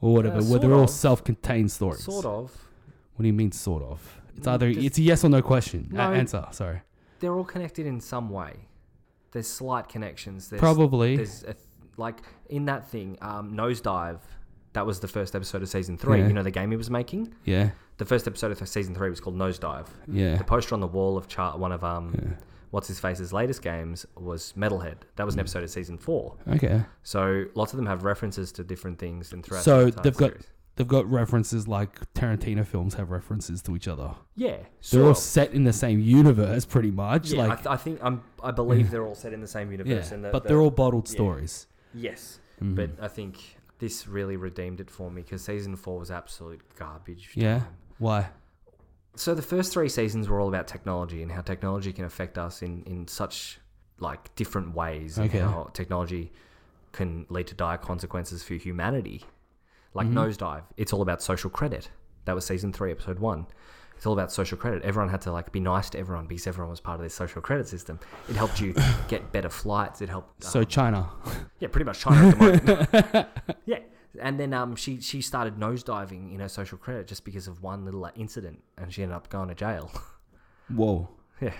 or whatever, where
sort
they're all
of.
self-contained stories.
sort of.
What do you mean, sort of? It's
Mm,
either
just-
it's a yes or no question. A-
No.
answer. Sorry.
They're all connected in some way. There's slight connections. There's,
Probably.
There's a, th- like in that thing, um, nosedive. That was the first episode of season three.
Yeah.
You know the game he was making.
Yeah.
The first episode of season three was called Nosedive.
Yeah.
The poster on the wall of chart one of um,
Yeah.
what's his face's latest games was Metalhead. That
Mm.
was an episode of season four.
Okay.
So lots of them have references to different things and throughout.
So
the entire
they've got-
series.
They've got references like Tarantino films have references to each other.
yeah,
They're
sort
all
of.
set in the same universe, pretty much.
Yeah, I,
like
th- I think I'm, I believe they're all set in the same universe.
yeah,
and the,
but
the-
they're all bottled
yeah.
stories.
yes.
Mm.
But I think this really redeemed it for me because season four was absolute garbage.
yeah,
time.
why?
So the first three seasons were all about technology and how technology can affect us in in such like different ways and
Okay.
how technology can lead to dire consequences for humanity. Like
Mm-hmm.
nosedive, it's all about social credit. That was season three, episode one. It's all about social credit. Everyone had to like be nice to everyone because everyone was part of this social credit system. It
[coughs]
helped you get better flights. It helped.
So
um,
China.
yeah, pretty much China at the moment. [laughs] yeah, and then um, she she started nosediving in her social credit just because of one little like, incident, and she ended up going to jail. [laughs]
Whoa.
yeah,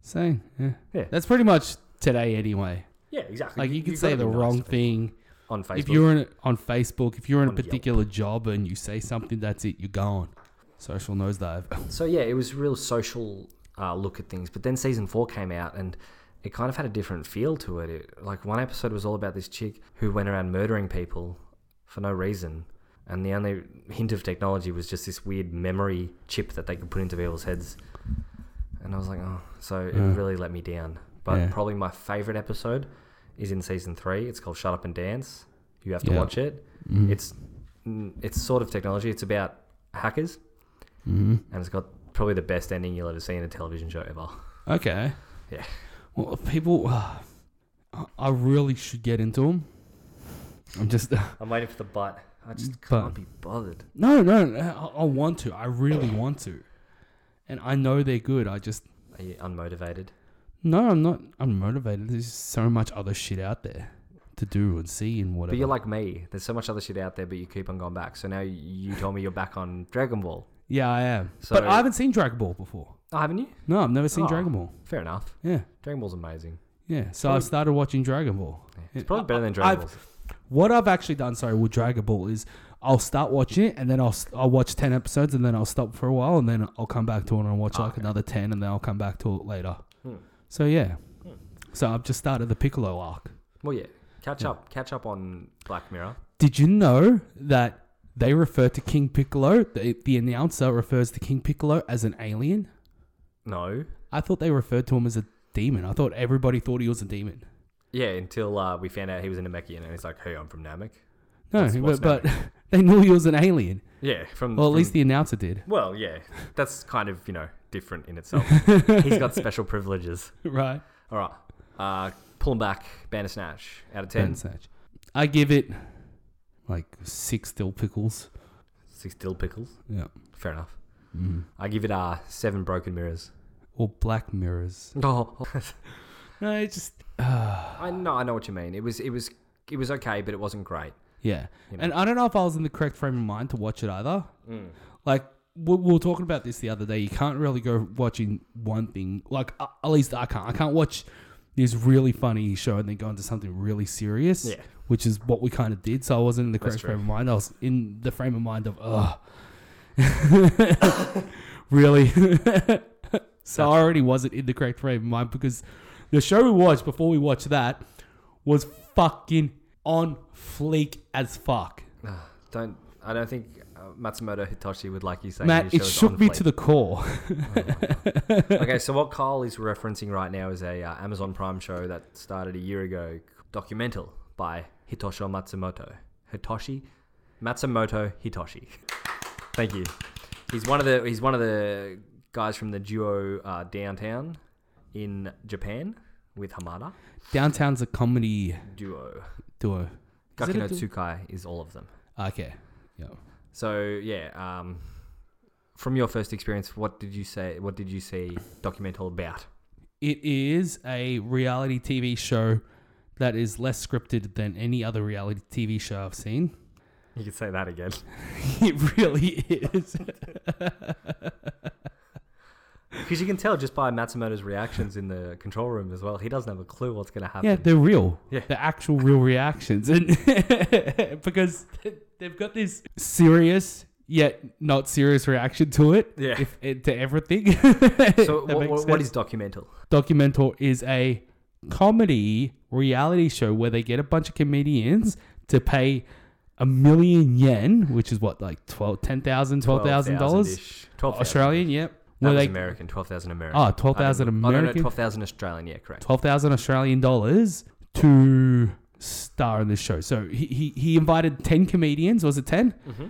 Same. Yeah.
Yeah.
That's pretty much today anyway.
yeah, exactly.
Like you, could
you've
say
gotta
the
be nice
wrong
to people
thing.
on Facebook.
If you're in, on Facebook, if you're in a
On Yelp.
particular job and you say something, that's it. You're gone. Social nosedive.
so yeah, it was a real social uh, look at things. But then season four came out, and it kind of had a different feel to it. it. Like one episode was all about this chick who went around murdering people for no reason, and the only hint of technology was just this weird memory chip that they could put into people's heads. And I was like, oh, so it
Yeah.
really let me down. But
Hmm. Yeah.
probably my favorite episode is in season three. It's called "Shut Up and Dance." You have
Yeah.
to
Mm-hmm.
watch it. It's mm, it's sort of technology. It's about hackers
Mm-hmm.
and it's got probably the best ending you'll ever see in a television show ever.
Okay.
Yeah.
Well, people, [sighs] I- I really should get into them. I'm just [laughs]
I'm waiting for the butt. I just
But-
can't be bothered.
no, no. no, I, I want to. I really want to, and I know they're good. I just
Are you unmotivated?
no, I'm not. I'm motivated. There's just so much other shit out there to do and see and whatever.
But you're like me. There's so much other shit out there, but you keep on going back. So now you- you told me you're back on Dragon Ball.
yeah, I am. but
So-
I haven't seen Dragon Ball before.
Oh, haven't you?
No, I've never seen
Oh.
Dragon Ball.
Fair enough.
Yeah,
Dragon Ball's amazing.
yeah. So I've started watching Dragon Ball.
Yeah.
Yeah.
It's probably better than
I've-
Dragon Ball's.
What I've actually done, sorry, with Dragon Ball is I'll start watching it and then I'll s- I'll watch ten episodes and then I'll stop for a while and then I'll come back to it and I'll watch like another ten and then I'll come back to it later.
Hmm.
So yeah, so I've just started the Piccolo arc.
Well, yeah. Catch up. Catch up on Black Mirror.
Did you know that they refer to King Piccolo? The, the announcer refers to King Piccolo as an alien.
No.
I thought they referred to him as a demon. I thought everybody thought he was a demon.
Yeah, until uh, we found out he was a Namekian, and he's like, "Hey, I'm from Namek."
No,
What's- what's Hmm.
but, but [laughs] they knew he was an alien.
Yeah, from
Well, at
from-
least the announcer did. [laughs]
Well, yeah, that's kind of you know different in itself. he's got special privileges.
Right.
All right. Uh, pulling back, Bandersnatch out of 10.
Ben Satch. I give it like six dill pickles.
Six dill pickles.
Yeah.
Fair enough. I give it uh, seven broken mirrors. [laughs]
Or black mirrors.
Oh,
No, it just
I know. I know what you mean. It was. It was. It was okay, but it wasn't great.
yeah.
know. Mm.
And I don't know if I was in the correct frame of mind to watch it either. Like we, we were talking about this the other day. You can't really go watching one thing. Like uh, at least I can't. I can't watch this really funny show and then go into something really serious.
Yeah.
Which is what we kind of did. So I wasn't in the correct
true.
frame of mind. I was in the frame of mind of ugh. [laughs] really. [laughs] So I already wasn't in the correct frame of mind because the show we watched before we watched that was fucking on fleek as fuck.
Ah, don't. I don't think uh, Matsumoto Hitoshi would like you saying.
Matt,
his
it
show is
shook
on
me
fleek.
to the core.
okay, so what Kyle is referencing right now is a uh, Amazon Prime show that started a year ago, Documental by Hitoshi Matsumoto. Hitoshi Matsumoto Hitoshi. Thank you. He's one of the he's one of the guys from the duo uh, Downtown in Japan with Hamada
Downtown's a comedy
duo.
duo. Is it
Gaki
a
no
duo?
Tsukai is all of them.
Okay. Yep.
So yeah, um, from your first experience, what did you say? What did you see documental about?
It is a reality TV show that is less scripted than any other reality TV show I've seen. [laughs]
You could say that again.
It really is.
Because you can tell just by Matsumoto's reactions in the control room as well. He doesn't have a clue what's going to happen.
yeah, they're real.
Yeah.
They're actual real reactions. And [laughs] because they've got this serious yet not serious reaction to it.
Yeah.
If, it- to everything. [laughs]
so
That
what,
makes
what, what
sense.
is documental?
Documental is a comedy reality show where they get a bunch of comedians to pay a million yen, which is what, like 12, 10,000, 12,000 dollars?
12,000-ish. 12,000.
Australian, yep.
That
Where
was
they,
American. 12,000 American.
oh, 12,000
I don't-
American,
Oh, no, no, 12,000 Australian. Yeah, correct.
12,000 Australian dollars to star in this show. So he, he, he invited 10 comedians, was it 10?
Mm-hmm.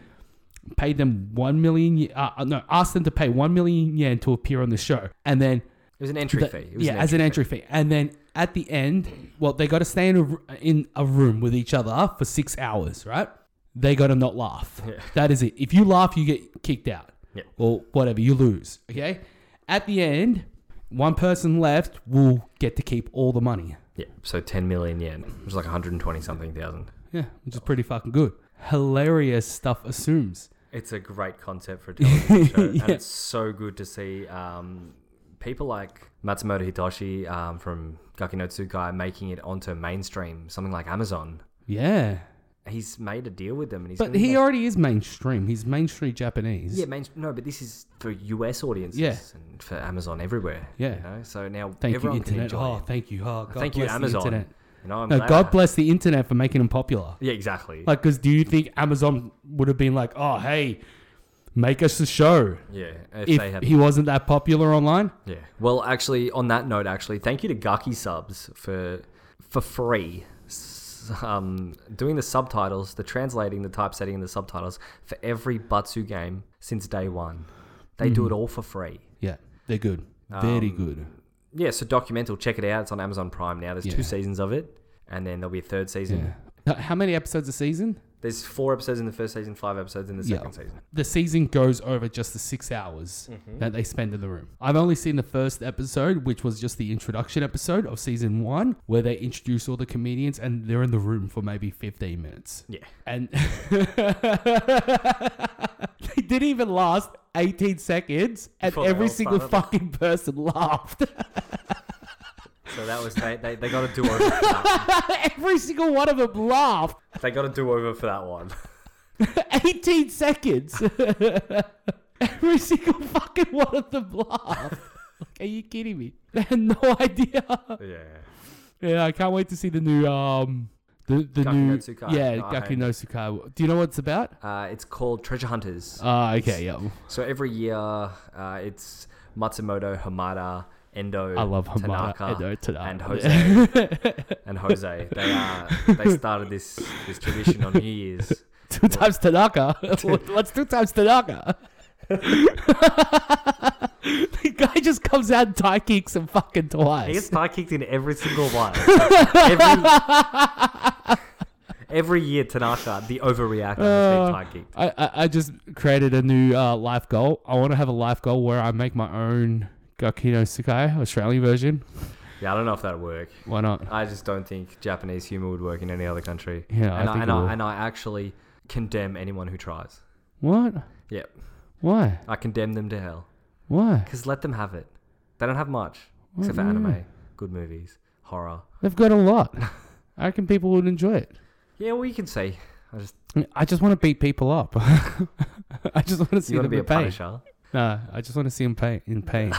Paid them 1 million, y- uh, uh, no, asked them to pay 1 million yen to appear on the show. And then
It was an entry
the-
fee. It was
yeah, as an entry fee. And then at the end, well, they got to stay in a, r- in a room with each other for six hours, right? They got to not laugh. That is it. If you laugh, you get kicked out
Yeah.
or whatever, you lose. Okay. At the end, one person left will get to keep all the money.
Yeah, so 10 million yen, which is like 120 something thousand.
Yeah, which is pretty fucking good. Hilarious stuff assumes.
It's a great
[laughs]
concept for a television show, and it's so good to see um, people like Matsumoto Hitoshi um, from Gaki no Tsukai making it onto mainstream, something like Amazon.
Yeah.
He's made a deal with them, and he's
But
gonna
he
make-
already is mainstream. He's mainstream Japanese.
yeah, main, no, but this is for US audiences
Yeah.
and for Amazon everywhere.
Yeah.
you know? so now
Thank
everyone
you, internet.
can enjoy
Oh,
it.
thank you. Oh, God
Thank you,
bless
Amazon.
The internet.
You know, I'm
No,
glad I-
God bless the internet for making him popular.
Yeah, exactly.
Like, because do you think Amazon would have been like, oh, hey, make us a show
yeah, if,
if,
they had
he wasn't that popular online?
Yeah. Well, actually, on that note, actually, thank you to Gaki Subs for for free s- um, doing the subtitles, the translating, the typesetting, and the subtitles for every Batsu game since day one. They do
Mm-hmm.
it all for free.
Yeah, they're good.
Um,
Very good.
Yeah. So documental, check it out. It's on Amazon Prime now. There's
Yeah.
two seasons of it, and then there'll be a third season.
Yeah. Now, How many episodes a season?
There's four episodes in the first season, five episodes in the
Yeah.
second season.
The season goes over just the six hours
Mm-hmm.
that they spend in the room. I've only seen the first episode, which was just the introduction episode of season one, where they introduce all the comedians and they're in the room for maybe 15 minutes.
Yeah.
and [laughs] they didn't even last 18 seconds and
Before they
every
all
single
farted.
fucking person laughed [laughs]
So that was they. They, they got to do over. for that.
every single one of them laughed
They got to do over for that one. [laughs]
18 seconds [laughs] every single fucking one of them laughed like, are you kidding me [laughs] they had no idea
Yeah.
yeah i can't wait to see the new um the, the
Gaku
new
no Tsukai. Oh,
yeah
No, I
Gaku
hate
no Tsukai. do you know what it's about
Uh, it's called Treasure Hunters.
Ah, okay yeah
So every year, uh, it's Matsumoto, Hamada, Endo,
I love Hamada,
Tanaka,
Endo, Tanaka. [laughs]
and Jose. and Jose, they uh, they started this this tradition on New Year's.
Two times
[laughs]
Tanaka. [laughs] What- What's two times Tanaka? [laughs] the guy just comes out and tie kicks him fucking
He gets
twice.
thigh kicked in every [laughs] single one. every, every year, Tanaka, the overreactor, has
Uh,
been thigh kicked.
I, I, I just created a new uh, life goal. I want to have a life goal where I make my own Gakino Sukai, Australian version.
Yeah, I don't know if that would work.
Why not?
I just don't think Japanese humor would work in any other country.
Yeah, I
and
think
and,
it will.
I, and I actually condemn anyone who tries.
What?
Yep,
Why?
I condemn them to hell.
Why?
Because let them have it. They don't have much, except for anime, good movies, horror.
They've got a
[laughs]
lot. I reckon people would enjoy it.
Yeah, well, you can say. I just
I just want to beat people up. [laughs] I just want to see
you want to
them
be a
in pain.
punisher.
No, I just want to see them pay, in pain.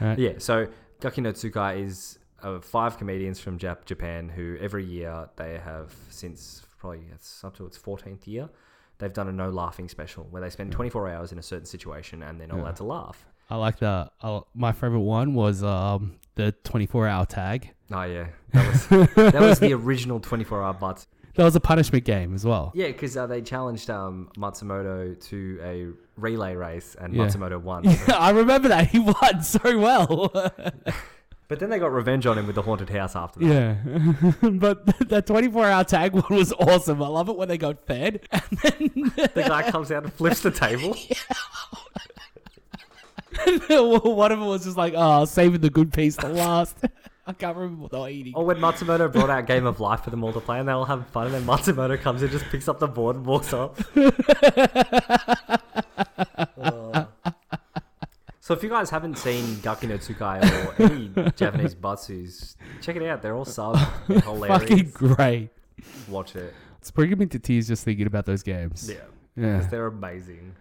Yeah. So Gaki no Tsukai is uh, five comedians from Jap- Japan who every year they have since probably it's up to its fourteenth year. They've done a no laughing special where they
Hmm.
spend 24 hours in a certain situation and they're not allowed to laugh.
I like the I, my favorite one was um the 24 hour tag. [laughs]
Oh, yeah. That was, that was the original 24 hour butts.
That was a punishment game as well.
Yeah, because uh, they challenged um, Matsumoto to a relay race, and
Yeah. [laughs]
Matsumoto won.
Yeah, [laughs] I remember that. He won so well.
But then they got revenge on him with the haunted house after that.
[laughs] yeah. [laughs] but that 24 hour tag one was awesome. I love it when they got fed. [laughs] And then
The guy comes out and flips the table.
one of them was just like, oh, saving the good piece to last. [laughs] I can't remember what they were eating.
Or Oh, when Matsumoto brought out Game of Life for them all to play, and they all have fun, and then Matsumoto comes in, just picks up the board and
[laughs]
walks off. Oh. So if you guys haven't seen Gaki no Tsukai or
[laughs]
any Japanese Batsus, check it out. They're all sub. They're hilarious.
Fucking great.
Watch it.
It's bringing me to tears just thinking about those games.
Yeah.
Yeah.
Because they're amazing.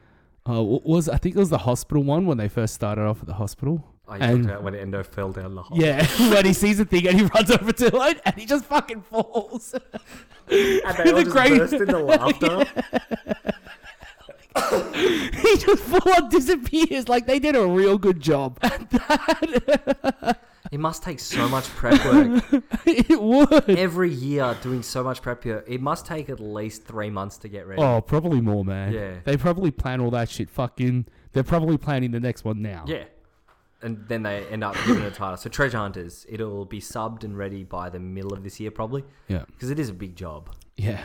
Oh, what was I think it was the hospital one when they first started off at the hospital.
I
And-
Oh, talked about when Endo fell down the hole.
Yeah, [laughs] when he sees a thing and he runs over to it and he just fucking falls.
And they all
[laughs] The
just
great-
burst into laughter.
[laughs] he just full on disappears. Like they did a real good job.
It must take so much prep
[laughs]
work.
[laughs] it would.
Every year doing so much prep here. It must take at least three months to get ready.
Oh, probably more, man.
Yeah.
They probably plan all that shit. Fucking, they're probably planning the next one now.
Yeah. And then they end up giving it a title. So Treasure Hunters, it'll be subbed and ready by the middle of this year probably.
yeah,
Because it is a big job.
yeah.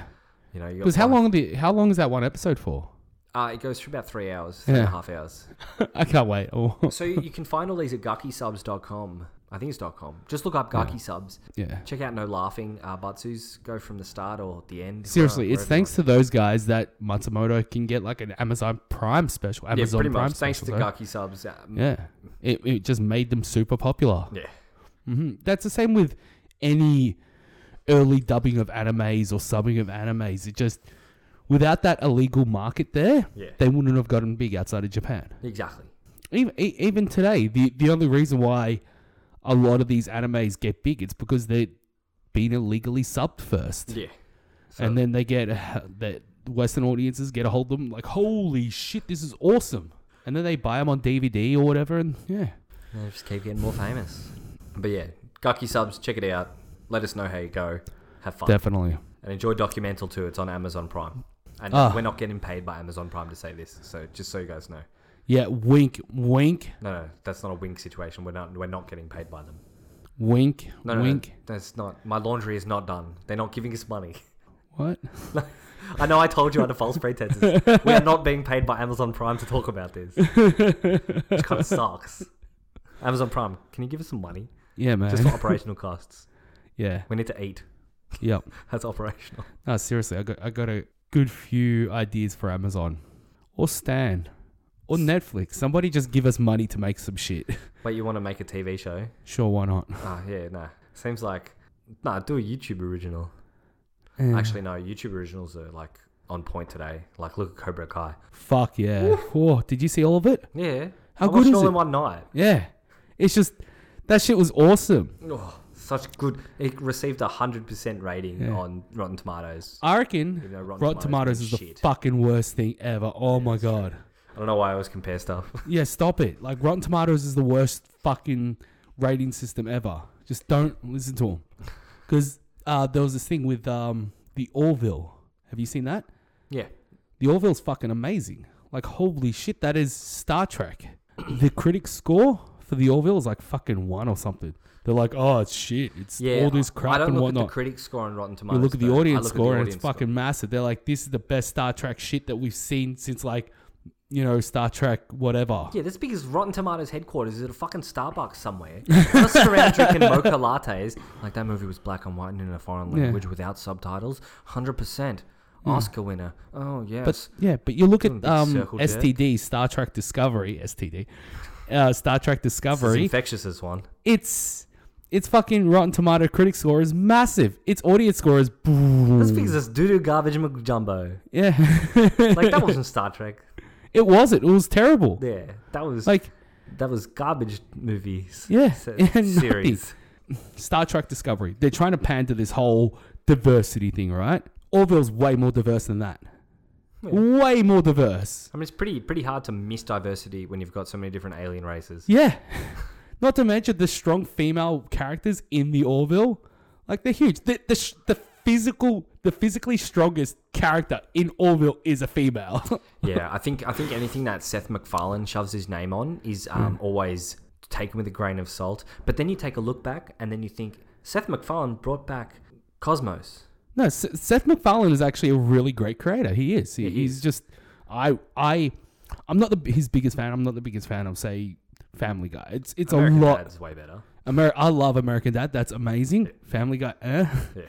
You know, you got
Because how
five-
long the how long is that one episode for? [laughs]
Uh, it goes for about three hours, three and a
Yeah.
half hours.
I can't wait. [laughs] Oh,
So you, you can find all these at gakisubs.com. I think it's .com. Just look up Gaki Subs.
yeah.
Check out No Laughing uh, Butsus. Go from the start or the end.
Seriously,
where-
it's
wherever you
thanks to those guys that Matsumoto can get like an Amazon Prime special.
want. Yeah,
Amazon
pretty
Prime
much. Thanks to
special, though.
Gaki Subs. Um,
Yeah, it, it just made them super popular.
yeah.
hmm That's the same with any early dubbing of animes or subbing of animes. It just without that illegal market there,
Yeah.
they wouldn't have gotten big outside of Japan.
Exactly.
Even e- even today, the the only reason why a lot of these animes get big it's because they're being illegally subbed first,
Yeah.
and then they get [laughs] that Western audiences get a hold of them like, holy shit, this is awesome, and then they buy them on DVD or whatever, and yeah.
They just keep getting more famous. But yeah, Gaki subs, check it out. Let us know how you go. Have fun.
Definitely.
and enjoy Documental too. It's on Amazon Prime. And
Ah.
we're not getting paid by Amazon Prime to say this, so just so you guys know.
Yeah, wink, wink,
No, no, that's not a wink situation. We're not we're not getting paid by them.
wink,
No, no,
wink.
no that's not. My laundry is not done. They're not giving us money. [laughs]
What? [laughs]
I know I told you under false pretenses. we are not being paid by Amazon Prime to talk about this, which kind of sucks. Amazon Prime, can you give us some money
Yeah, man. [laughs]
just for operational costs?
yeah.
We need to eat.
Yep.
That's operational.
No, seriously, I got I got a good few ideas for Amazon or Stan or Netflix. Somebody just give us money to make some shit. [laughs]
Wait, you want to make a TV [laughs] show?
Sure, why not?
Ah, yeah, nah. Seems like nah. Do a YouTube original.
Yeah.
Actually, no. YouTube originals are like on point today. Like, look at Cobra Kai.
Fuck yeah. Whoa, did you see all of it?
Yeah.
How
I
good
watched
is
all
it?
in one night.
Yeah. It's just that shit was awesome.
Oh, such good. It received a hundred percent rating
Yeah.
on Rotten Tomatoes.
I reckon
Even though
Rotten,
Rotten
Tomatoes,
Tomatoes
is
is
the
shit.
fucking worst thing ever. Oh my god.
I don't know why I always compare stuff.
Yeah, stop it. Like Rotten Tomatoes is the worst fucking rating system ever. Just don't listen to them. Because uh, there was this thing with um, the Orville. Have you seen that?
yeah.
The Orville's fucking amazing. Like holy shit, that is Star Trek. [clears throat] the critic score for the Orville is like fucking one or something. They're like, oh it's shit, it's
[laughs] Yeah.
all this
I-
crap
I don't
and
look
whatnot.
at the critic score on Rotten
we
Tomatoes.
look at the
though. I
audience
look at the
score and it's
audience score.
fucking massive. They're like, this is the best Star Trek shit that we've seen since like, you know, Star Trek whatever.
Yeah, that's because Rotten Tomatoes headquarters is at a fucking Starbucks somewhere. [laughs] Just around drinking mocha lattes. Like that movie was black and white and in a foreign
Yeah. Hmm.
language without subtitles. Hundred percent Oscar winner. Oh yes.
But yeah, but you look
Doing
at
big
um,
circle jerk.
STD, Star Trek Discovery, STD, uh, Star Trek
This is
Discovery.
infectious this one.
it's it's fucking Rotten Tomato critic score is massive. Its audience score is boom.
Let's fix this doo doo garbage McJumbo.
Yeah, [laughs]
Like that wasn't Star Trek.
it was it. It was terrible.
Yeah, that was like
Like
that was garbage movies.
Yeah, [laughs]
se-
yeah, nothing.
series.
Star Trek Discovery, they're trying to pan to this whole diversity thing, right? Orville's way more diverse than that. Way more diverse.
I mean, it's pretty pretty hard to miss diversity when you've got so many different alien races.
Yeah. [laughs] Not to mention the strong female characters in the Orville. Like, they're huge. The, the, sh- the physical, the physically strongest character in Orville is a female. [laughs]
Yeah, I think I think anything that Seth MacFarlane shoves his name on is um,
Hmm.
always taken with a grain of salt. But then you take a look back, and then you think Seth MacFarlane brought back Cosmos.
No, S- Seth MacFarlane is actually a really great creator. He is. He, he's just I I I'm not the his biggest fan. I'm not the biggest fan of say Family Guy. It's it's
American
a lot.
Dad's way better.
Amer- I love American Dad. That's amazing. Family Guy. Eh. [laughs]
Yeah.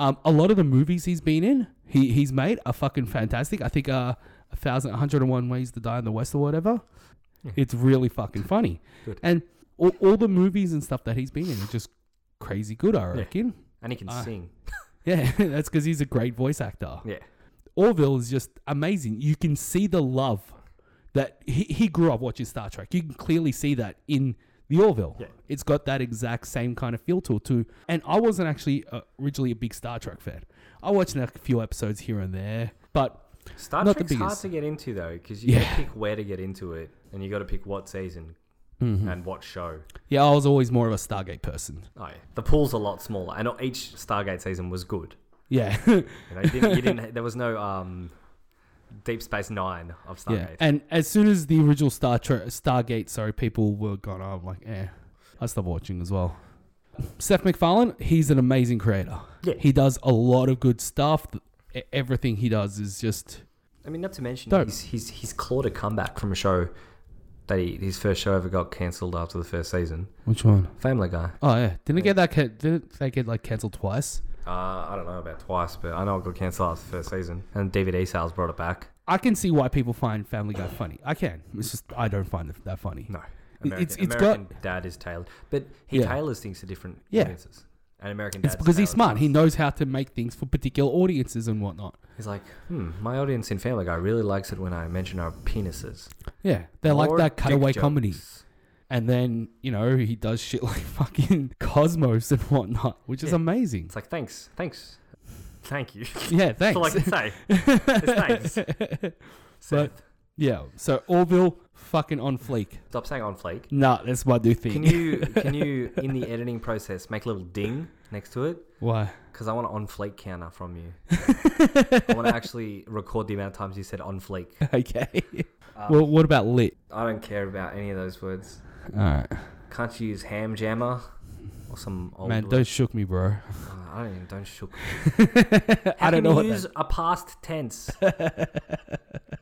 Um, a lot of the movies he's been in, he he's made are fucking fantastic. I think uh, a thousand, hundred and one ways to die in the West or whatever. It's really fucking funny.
Mm. Good.
And all, all the movies and stuff that he's been in are just crazy good. I reckon.
And he can
Uh,
sing.
Yeah, [laughs] that's because he's a great voice actor.
Yeah.
Orville is just amazing. You can see the love that he, he grew up watching Star Trek. You can clearly see that in the Orville.
Yeah.
It's got that exact same kind of feel to it too. And I wasn't actually uh, originally a big Star Trek fan. I watched a few episodes here and there, but
Star
Not the
Trek's hard
biggest.
to get into though, because you
Yeah.
gotta pick where to get into it, and you got to pick what season
Mm-hmm.
and what show.
yeah, I was always more of a Stargate person.
Oh, yeah. The pool's a lot smaller, and each Stargate season was good.
Yeah, [laughs]
You know, you didn't, you didn't, [laughs] there was no um, Deep Space Nine of
yeah.
Stargate.
And as soon as the original Star Trek, Stargate, sorry, people were gone. I'm like, eh, I stopped watching as well. Seth MacFarlane, he's an amazing creator.
Yeah.
He does a lot of good stuff. E- Everything he does is just
I mean, not to mention
Dope.
he's, he's he's clawed a comeback from a show that he, his first show ever got cancelled after the first season.
which one?
Family Guy.
Oh yeah, didn't it get that? Ca- didn't they get like cancelled twice?
Uh, I don't know about twice, but I know it got cancelled after the first season. And DVD sales brought it back.
I can see why people find Family Guy funny. I can. It's just I don't find it that funny.
No, American,
It's- it's
American Dad is tailored, but he
Yeah.
tailors things to different
Yeah.
audiences. And American Dad's
It's because he's
tailored
smart. He
things.
knows how to make things for particular audiences and whatnot.
He's like, hmm, my audience in Family Guy really likes it when I mention our penises.
Yeah, they like
Or
that
dick
cutaway comedy.
jokes.
And then, you know, he does shit [laughs] like fucking Cosmos and whatnot, which is
Yeah.
amazing.
It's like, thanks, thanks, thank you. [laughs]
Yeah,
That's all I
thanks.
can
[laughs]
say. it's thanks. Seth,
yeah, so Orville fucking on fleek.
stop saying on flake.
Nah, that's my new thing.
Can you can you in the editing process make a little ding next to it?
[laughs]
[laughs]
Why?
Because I want an on flake counter from you. I
[laughs]
want to actually record the amount of times you said on flake.
Okay. [laughs] well, what about lit?
I don't care about any of those words.
All right.
Can't you use ham jammer or some old
Man,
word?
don't shook me, bro. [laughs]
Oh, I don't even don't shook.
I don't know what
use
that
a
[laughs]
past tense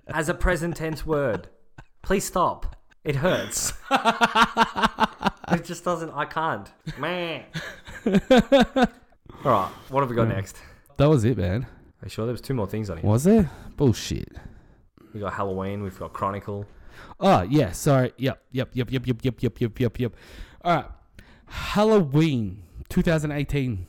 as a present tense word. Please stop.
[laughs]
It hurts. it just doesn't. I can't.
[laughs]
Meh. All right. What have we got next?
That was it, man.
Are you sure there was two more things on here?
Was it? Bullshit.
We got Halloween. We've got Chronicle.
Oh, yeah, sorry. Yep, yep, yep, yep, yep, yep, yep, yep, yep, yep. All right. Halloween 2018.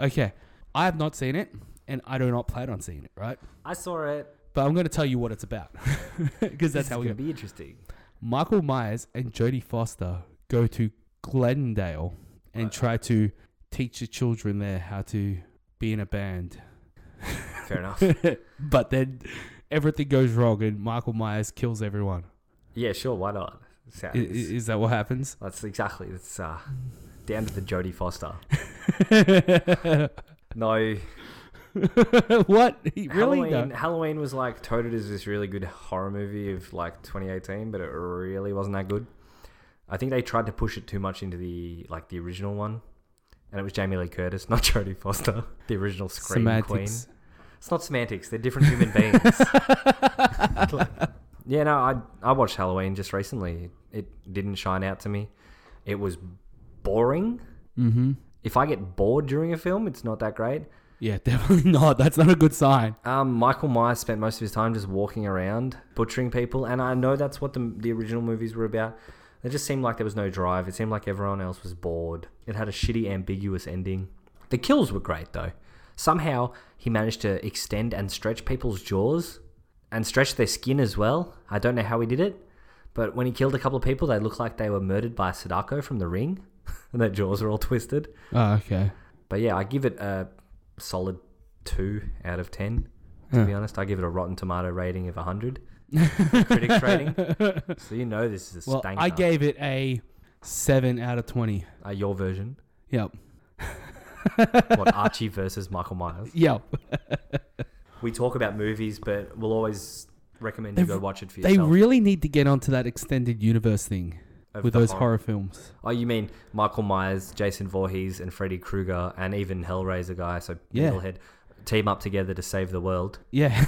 Okay. I have not seen it, and I do not plan on seeing it, right?
I saw it.
But I'm going to tell you what it's about. [laughs] Because that's
This
how
is
we
gonna
go.
be interesting.
Michael Myers and Jodie Foster go to Glendale and try to teach the children there how to be in a
[laughs]
band.
Fair enough.
[laughs] but then everything goes wrong, and Michael Myers kills everyone.
yeah, sure. Why not? So
I- i- Is, that what
[laughs]
happens?
that's exactly. It's uh, down to the Jodie Foster. No,
[laughs] what? He really?
Halloween,
No.
Halloween was like touted as this really good horror movie of like 2018, but it really wasn't that good. I think they tried to push it too much into the like the original one, and it was Jamie Lee Curtis, [laughs] not Jodie Foster, the original Scream Queen.
Semantics.
It's not semantics; they're different human
[laughs]
beings. yeah, no, I I watched Halloween just recently. It didn't shine out to me. It was boring.
Mm-hmm.
If I get bored during a film, it's not that great.
Yeah, [laughs] definitely not. That's not a good sign.
Um, Michael Myers spent most of his time just walking around, butchering people, and I know that's what the, the original movies were about. It just seemed like there was no drive. It seemed like everyone else was bored. It had a shitty, ambiguous ending. The kills were great, though. Somehow, he managed to extend and stretch people's jaws and stretch their skin as well. I don't know how he did it, but when he killed a couple of people, they looked like they were murdered by Sadako from The Ring, [laughs] and their jaws were all twisted.
Oh, okay.
But yeah, I give it a solid two out of ten. To be honest, I give it a Rotten Tomato rating
[laughs]
of hundred. critics rating. So you know this is a
Well,
stanker.
I gave it a seven out of twenty.
uh, your version.
Yep.
what Archie versus Michael Myers.
Yeah,
We talk about movies, but we'll always recommend you
They've-
go watch it for
they
yourself.
really need to get onto that extended universe thing
Of
with
the
those horror films.
Oh, you mean Michael Myers, Jason Voorhees, and Freddy Krueger, and even Hellraiser guy, so
Yeah.
Metalhead, team up together to save the world.
Yeah,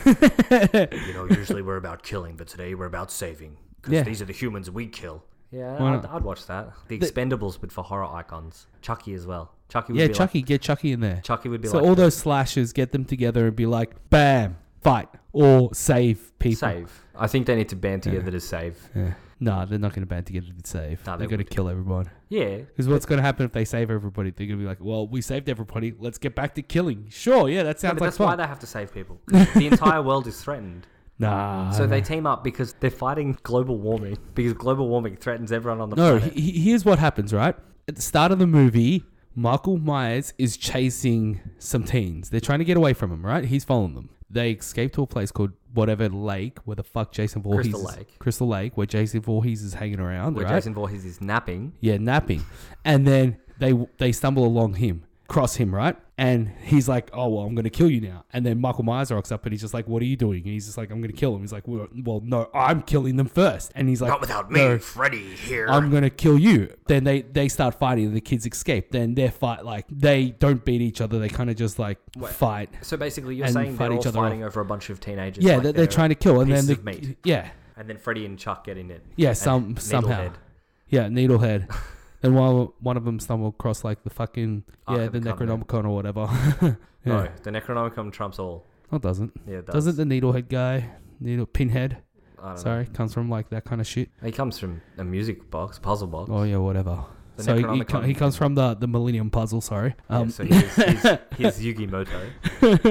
You know, usually we're about killing, but today we're about saving because
Yeah.
these are the humans we kill. Yeah,
Why
I'd,
not?
I'd watch that. The
The-
Expendables, but for horror icons. Chucky as well. Chucky
[laughs]
would
yeah,
be
Chucky, get Chucky in there.
Like, Chucky would be
So
like
all
the
those slashes, get them together and be like, bam, fight or save people.
save. I think they need to band together to save.
Yeah. Nah, they're not going to band together to save.
Nah, they
they're going to
wouldn't.
kill everyone.
Yeah,
Because what's going to happen if they save everybody? They're going to be like, well, we saved everybody. Let's get back to killing. Sure, yeah, that
No,
sounds
but
like
that's why
fun.
they have to save
[laughs]
people. The entire world is threatened.
nah.
So they team up because they're fighting global warming because global warming threatens everyone on the
No,
planet.
he, he- here's what happens, right? At the start of the movie, Michael Myers is chasing some teens. They're trying to get away from him, right? He's following them. They escape to a place called whatever lake, where the fuck Jason Voorhees
Crystal
is-
Lake.
Crystal Lake, where Jason Voorhees is hanging around,
Where
right?
Jason Voorhees is napping.
Yeah, napping. And then they they stumble along him, cross him, right? And he's like, "Oh well, I'm gonna kill you now." And then Michael Myers rocks up and he's just like, "What are you doing?" And he's just like, "I'm gonna kill him." He's like, "Well, well no, I'm killing them first. And he's like,
Not without me,
"No,
Freddy here.
I'm gonna kill you. Then they they start fighting. and The kids escape. Then they fight like they don't beat each other. They kind of just like fight.
So basically, you're
And
saying
fight
they're all
each other
fighting over a bunch of teenagers.
Yeah,
like
they're, they're trying to kill. And then
pieces
the
of meat.
yeah
and then Freddy and Chuck get in it.
yeah
And
some Um, somehow
Needlehead.
yeah
[laughs]
needlehead. Then one one of them stumble across like the fucking
Ark
yeah
of
the
the Covenant.
Necronomicon or whatever. [laughs] yeah.
No, the Necronomicon trumps all.
No, it doesn't.
Yeah, it does.
Doesn't the needlehead guy, needle pinhead,
I don't
sorry, comes from like that kind of shit?
Know. He comes from a music box, puzzle box.
Oh yeah, whatever.
The
so he, he, co-
Necronomicon.
he comes from the the Millennium Puzzle. Sorry.
Yeah,
Um,
so he's,
[laughs]
he's, he's Yugimoto. so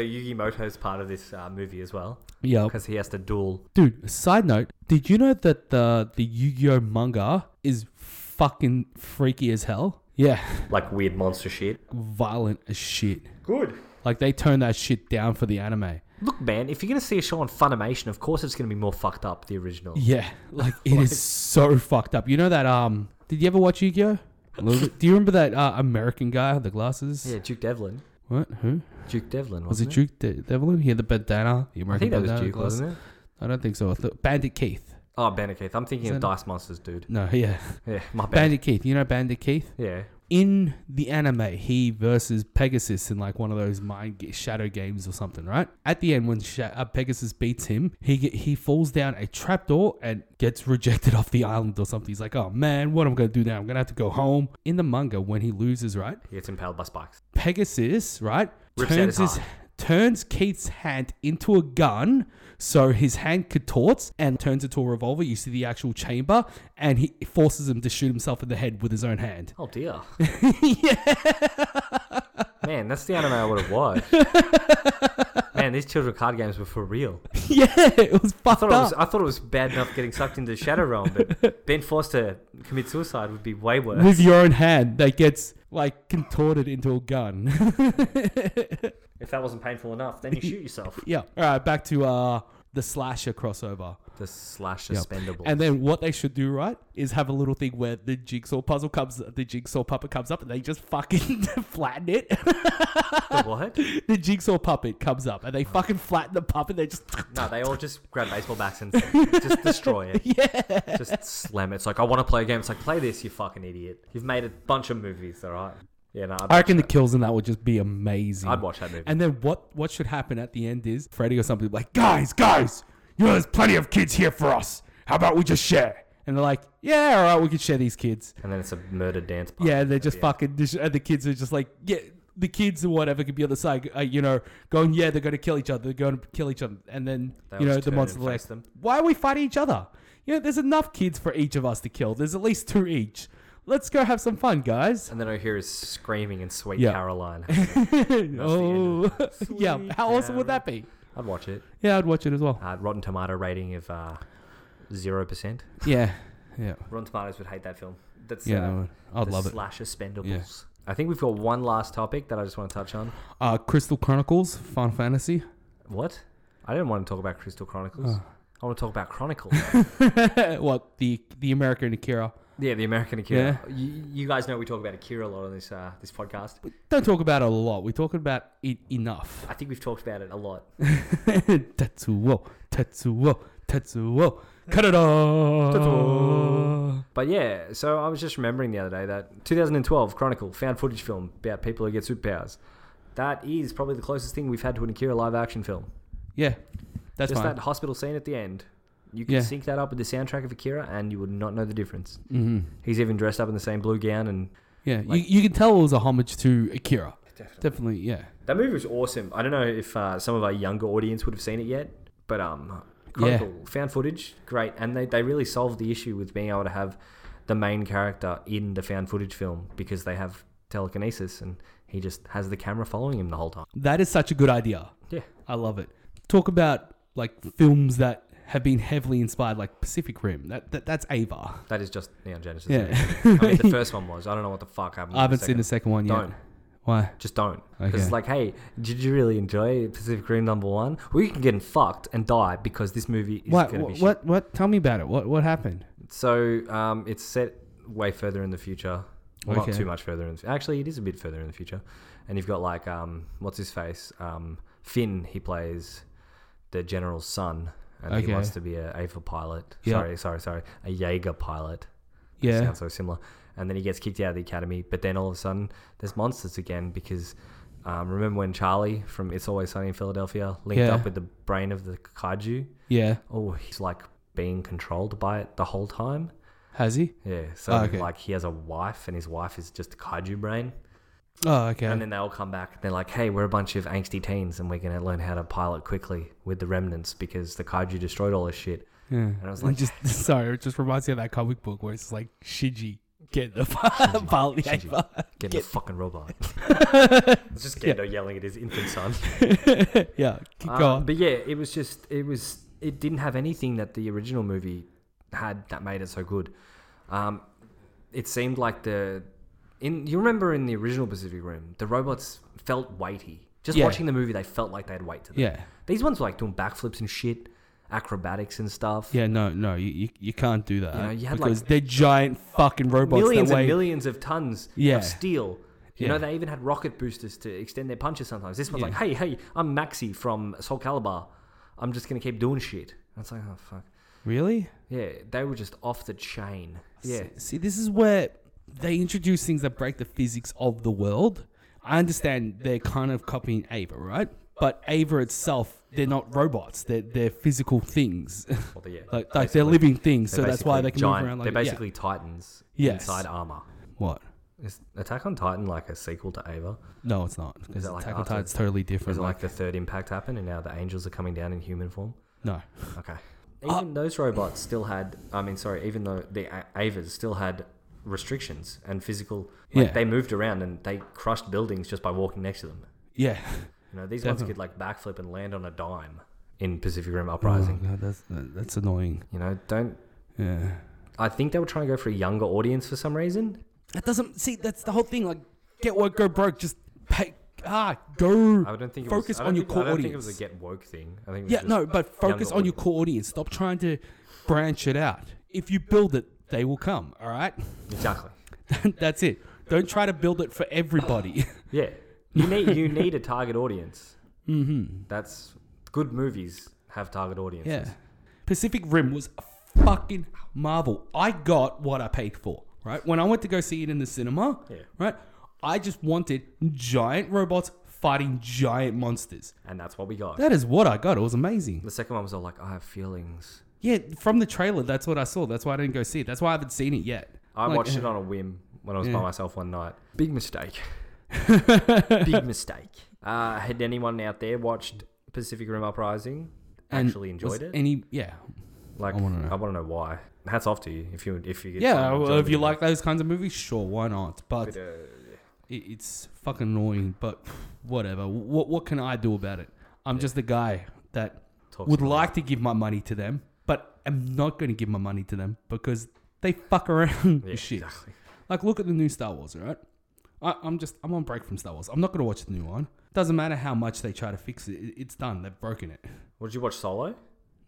Yugimoto's part of this uh, movie as well
yeah,
because he has to duel.
dude. Side note: Did you know that the the Yu-Gi-Oh manga is fucking freaky as hell? Yeah,
like weird monster shit.
violent as shit.
Good.
Like they turned that shit down for the anime.
Look, man, if you're gonna see a show on Funimation, of course it's gonna be more fucked up the original. [laughs]
Yeah, like it is so fucked up. You know that? Um, did you ever watch Yu-Gi-Oh? A little bit. Do you remember that uh, American guy with the glasses?
Yeah, Duke Devlin.
What? Who?
Duke Devlin
Was
wasn't
it Duke De- Devlin? He had the bandana. The
I
American
think that was
bandana
Duke,
glass.
wasn't it?
I don't think so. I thought- Bandit Keith.
Oh, Bandit Keith. I'm thinking
Is
of
that-
Dice Monsters, dude.
No, yeah.
Yeah, my bad.
Bandit Keith. You know Bandit Keith?
Yeah.
In the anime, he versus Pegasus in like one of those mind ga- shadow games or something, right? At the end, when Sha- uh, Pegasus beats him, he get, he falls down a trapdoor and gets rejected [laughs] off the island or something. He's like, "Oh man, what am I gonna do now? I'm gonna have to go home." In the manga, when he loses, right?
He gets impaled by spikes.
Pegasus, right?
Rips out
turns
his
his
heart.
turns Keith's hand into a gun, so his hand contorts and turns into a revolver. You see the actual chamber, and he forces him to shoot himself in the head with his own hand.
Oh dear. Man, that's the anime I would have watched. Man, these children card games were for real. I
[laughs] yeah, it was fucked
thought it was,
up.
I thought it was bad enough getting sucked into the Shadow Realm, but being forced to commit suicide would be way
[laughs] [laughs]
worse.
With your own hand that gets like contorted into a gun. [laughs]
If that wasn't painful enough, then you shoot yourself.
yeah. All right, back to uh the slasher crossover.
The slash
Yep.
suspendable.
And then what they should do, right, is have a little thing where the jigsaw puzzle comes, the jigsaw puppet comes up, and they just fucking [laughs] flatten it.
[laughs] what?
the jigsaw puppet comes up, and they fucking flatten the puppet. They just
No, they all just grab baseball bats and just destroy it. Yeah. Just slam it. It's like, I want to play a game. It's like, play this, you fucking idiot. You've made a bunch of movies, all right? Yeah, no, I'd,
I reckon the kills in that would just be amazing.
I'd watch that movie.
And then what what should happen at the end is Freddy or somebody like, guys, guys, you know there's plenty of kids here for us. How about we just share? And they're like, yeah, all right, we can share these kids.
And then it's a murder dance party.
Yeah, and they're just fucking. dis- And the kids are just like, yeah, the kids or whatever could be on the side, uh, you know, going, yeah, they're going to kill each other. They're going to kill each other. And then,
They
you
all
know,
just
the
turn
monster
and
like,
face them.
why are we fighting each other? You know, there's enough kids for each of us to kill. There's at least two each. Let's go have some fun, guys.
And then I hear is screaming and Sweet
Yeah. [laughs]
Caroline.
oh, [laughs] yeah. How awesome would that be?
I'd watch it.
Yeah, I'd watch it as well.
Uh, Rotten Tomato rating of uh, zero percent.
Yeah, yeah,
Rotten Tomatoes would hate that film. That's
yeah.
uh,
that one. I'd
the
love it.
slash Expendables. I think we've got one last topic that I just want to touch on.
Uh, Crystal Chronicles, Final Fantasy. [laughs]
What? I didn't want to talk
Oh. [laughs]
about Crystal Chronicles. I want to talk about Chronicles.
what the the American Akira?
Yeah, the American Akira.
Yeah.
You, you guys know we talk about Akira a lot on this uh, this podcast.
Don't talk about it a lot. We're talking about it enough. [laughs]
I think we've talked about it a lot.
Tetsuo, Tetsuo, Tetsuo, Kanada.
But yeah, so I was just remembering the other day that 2012 Chronicle found footage film about people who get superpowers. That is probably the closest thing we've had to an Akira live action film.
Yeah, that's
just
fine.
that hospital scene at the end. You can
Yeah.
sync that up with the soundtrack of Akira, and you would not know the difference. Mm-hmm. He's even dressed up in the same blue gown, and
yeah, you, you can tell it was a homage to Akira. Definitely, yeah.
that movie was awesome. I don't know if uh, some of our younger audience would have seen it yet, but um, Chronicle found footage, great, and they they really solved the issue with being able to have the main character in the found footage film because they have telekinesis, and he just has the camera following him the whole time.
That is such a good idea.
Yeah,
I love it. Talk about like films that have been heavily inspired, like Pacific Rim. That, that that's Ava.
that is just Neon Genesis.
Yeah,
Yeah. I mean, the first one was. I don't know what the fuck
[laughs]
happened.
I haven't seen the second one yet.
Don't.
Why?
just don't. Because
Okay.
it's like, hey, did you really enjoy Pacific Rim number one? We can get fucked and die because this movie is
What?
going to be
What,
shit.
what? What? Tell me about it. What? What happened?
So um, it's set way further in the future. Well,
Okay.
Not too much further in the Actually, it is a bit further in the future. And you've got like, um, what's his face? Um, Finn, he plays the general's son. And he
Okay.
wants to be a AFA pilot.
Yeah.
Sorry, sorry, sorry. A Jaeger pilot.
Yeah.
Sounds so similar. And then he gets kicked out of the academy, but then all of a sudden there's monsters again because um, remember when Charlie from It's Always Sunny in Philadelphia linked
Yeah.
up with the brain of the kaiju?
yeah.
Oh, he's like being controlled by it the whole time.
Has he?
Yeah. So
Oh, okay.
like he has a wife and his wife is just a kaiju brain.
Oh, okay.
And then they all come back and they're like, hey, we're a bunch of angsty teens and we're going to learn how to pilot quickly with the remnants because the kaiju destroyed all this shit.
yeah. And
[laughs] I
[laughs]
was like-
just sorry. It just reminds me of that comic book where it's like Shiji get
[laughs]
the [laughs] Bali
Get, the fucking robot. [laughs] it's just Gendo yelling at his infant son.
Yeah. Keep
Um,
going.
But yeah, it was just it was it didn't have anything that the original movie had that made it so good. Um, it seemed like the in you remember in the original Pacific Rim, the robots felt weighty. Just
Yeah.
watching the movie, they felt like they had weight to them.
yeah.
These ones were like doing backflips and shit, acrobatics and stuff.
Yeah. No. No. You, you, you can't do that
You know, you had, like,
because they're giant fucking robots.
millions
that
and
weigh,
millions of tons
Yeah.
of steel. You
Yeah.
know, they even had rocket boosters to extend their punches sometimes. This one's
Yeah.
like, hey, hey, I'm Maxi from Soul Calibur. I'm just going to keep doing shit. And it's like, oh, fuck.
Really?
Yeah, they were just off the chain. Yeah.
S- See, this is where they introduce things that break the physics of the world. I understand they're kind of copying Ava, right? But Ava itself, they're not robots. They're they're physical things. [laughs]
Well, yeah.
like like they're living things, so
They're
that's why
basically
they can
giant-
move around like
They're
yeah.
basically Titans
Yes.
inside armor.
what?
Is Attack on Titan like a sequel to Ava?
No, it's not because
it like
Attack on
after-
Titan's totally
Is
different.
it like
Like,
the third impact happened and now the angels are coming down in human form?
no, [laughs]
Okay.
Uh,
Even those robots still had, I mean, sorry, even though the A- Avas still had restrictions and physical, like
Yeah.
they moved around and they crushed buildings just by walking next to them.
yeah.
You know, these
Definitely.
ones could like backflip and land on a dime in Pacific Rim
Oh,
Uprising.
God, that's that- that's annoying.
You know, don't,
Yeah,
I think they were trying to go for a younger audience for some reason.
that doesn't see. That's the whole thing. Like, get what go broke. Just pay. Ah, go.
I don't think it
focus
was, I don't
on your
think-
core
I don't
audience.
think it was a get woke thing. I think it was
Yeah,
just-
no, but focus
younger
on your
audience.
core audience. Stop trying to branch it out. If you build it, they will come. All right, [laughs]
exactly.
that's it. Don't try to build it for everybody. [laughs]
Yeah, you need you need a target audience. Mm-hmm. That's good movies have target
yeah,
audiences.
Pacific Rim was a fucking marvel. I got what I paid for. Right when I went to go see it in the cinema.
Yeah.
Right, I just wanted giant robots fighting giant monsters.
and that's what we got.
That is what I got. It was amazing.
The second one was all like, I have feelings.
Yeah, from the trailer, that's what I saw. That's why I didn't go see it. That's why I haven't seen it yet.
I
Like,
watched it on a whim when I was
Yeah.
by myself one night.
[laughs]
Big mistake. Big mistake. Uh, had anyone out there watched Pacific Rim Uprising?
and
Actually
was
enjoyed it.
Any? Yeah.
like I
wanna know.
want to know why. Hats off to you if you if you get
Yeah,
someone to
well,
join
if
the
you
movie.
like those kinds of movies, sure, why not? But
But,
it,
uh,
it's fucking annoying. But whatever. What what can I do about it? I'm just the guy that
Talks
would
about it.
like to give my money to them, but I'm not going to give my money to them because they fuck around [laughs]
yeah,
with shit.
exactly.
Like, look at the new Star Wars, all right? I, I'm just I'm on break from Star Wars. I'm not going to watch the new one. Doesn't matter how much they try to fix it. it it's done. They've broken it.
Well, did you watch Solo?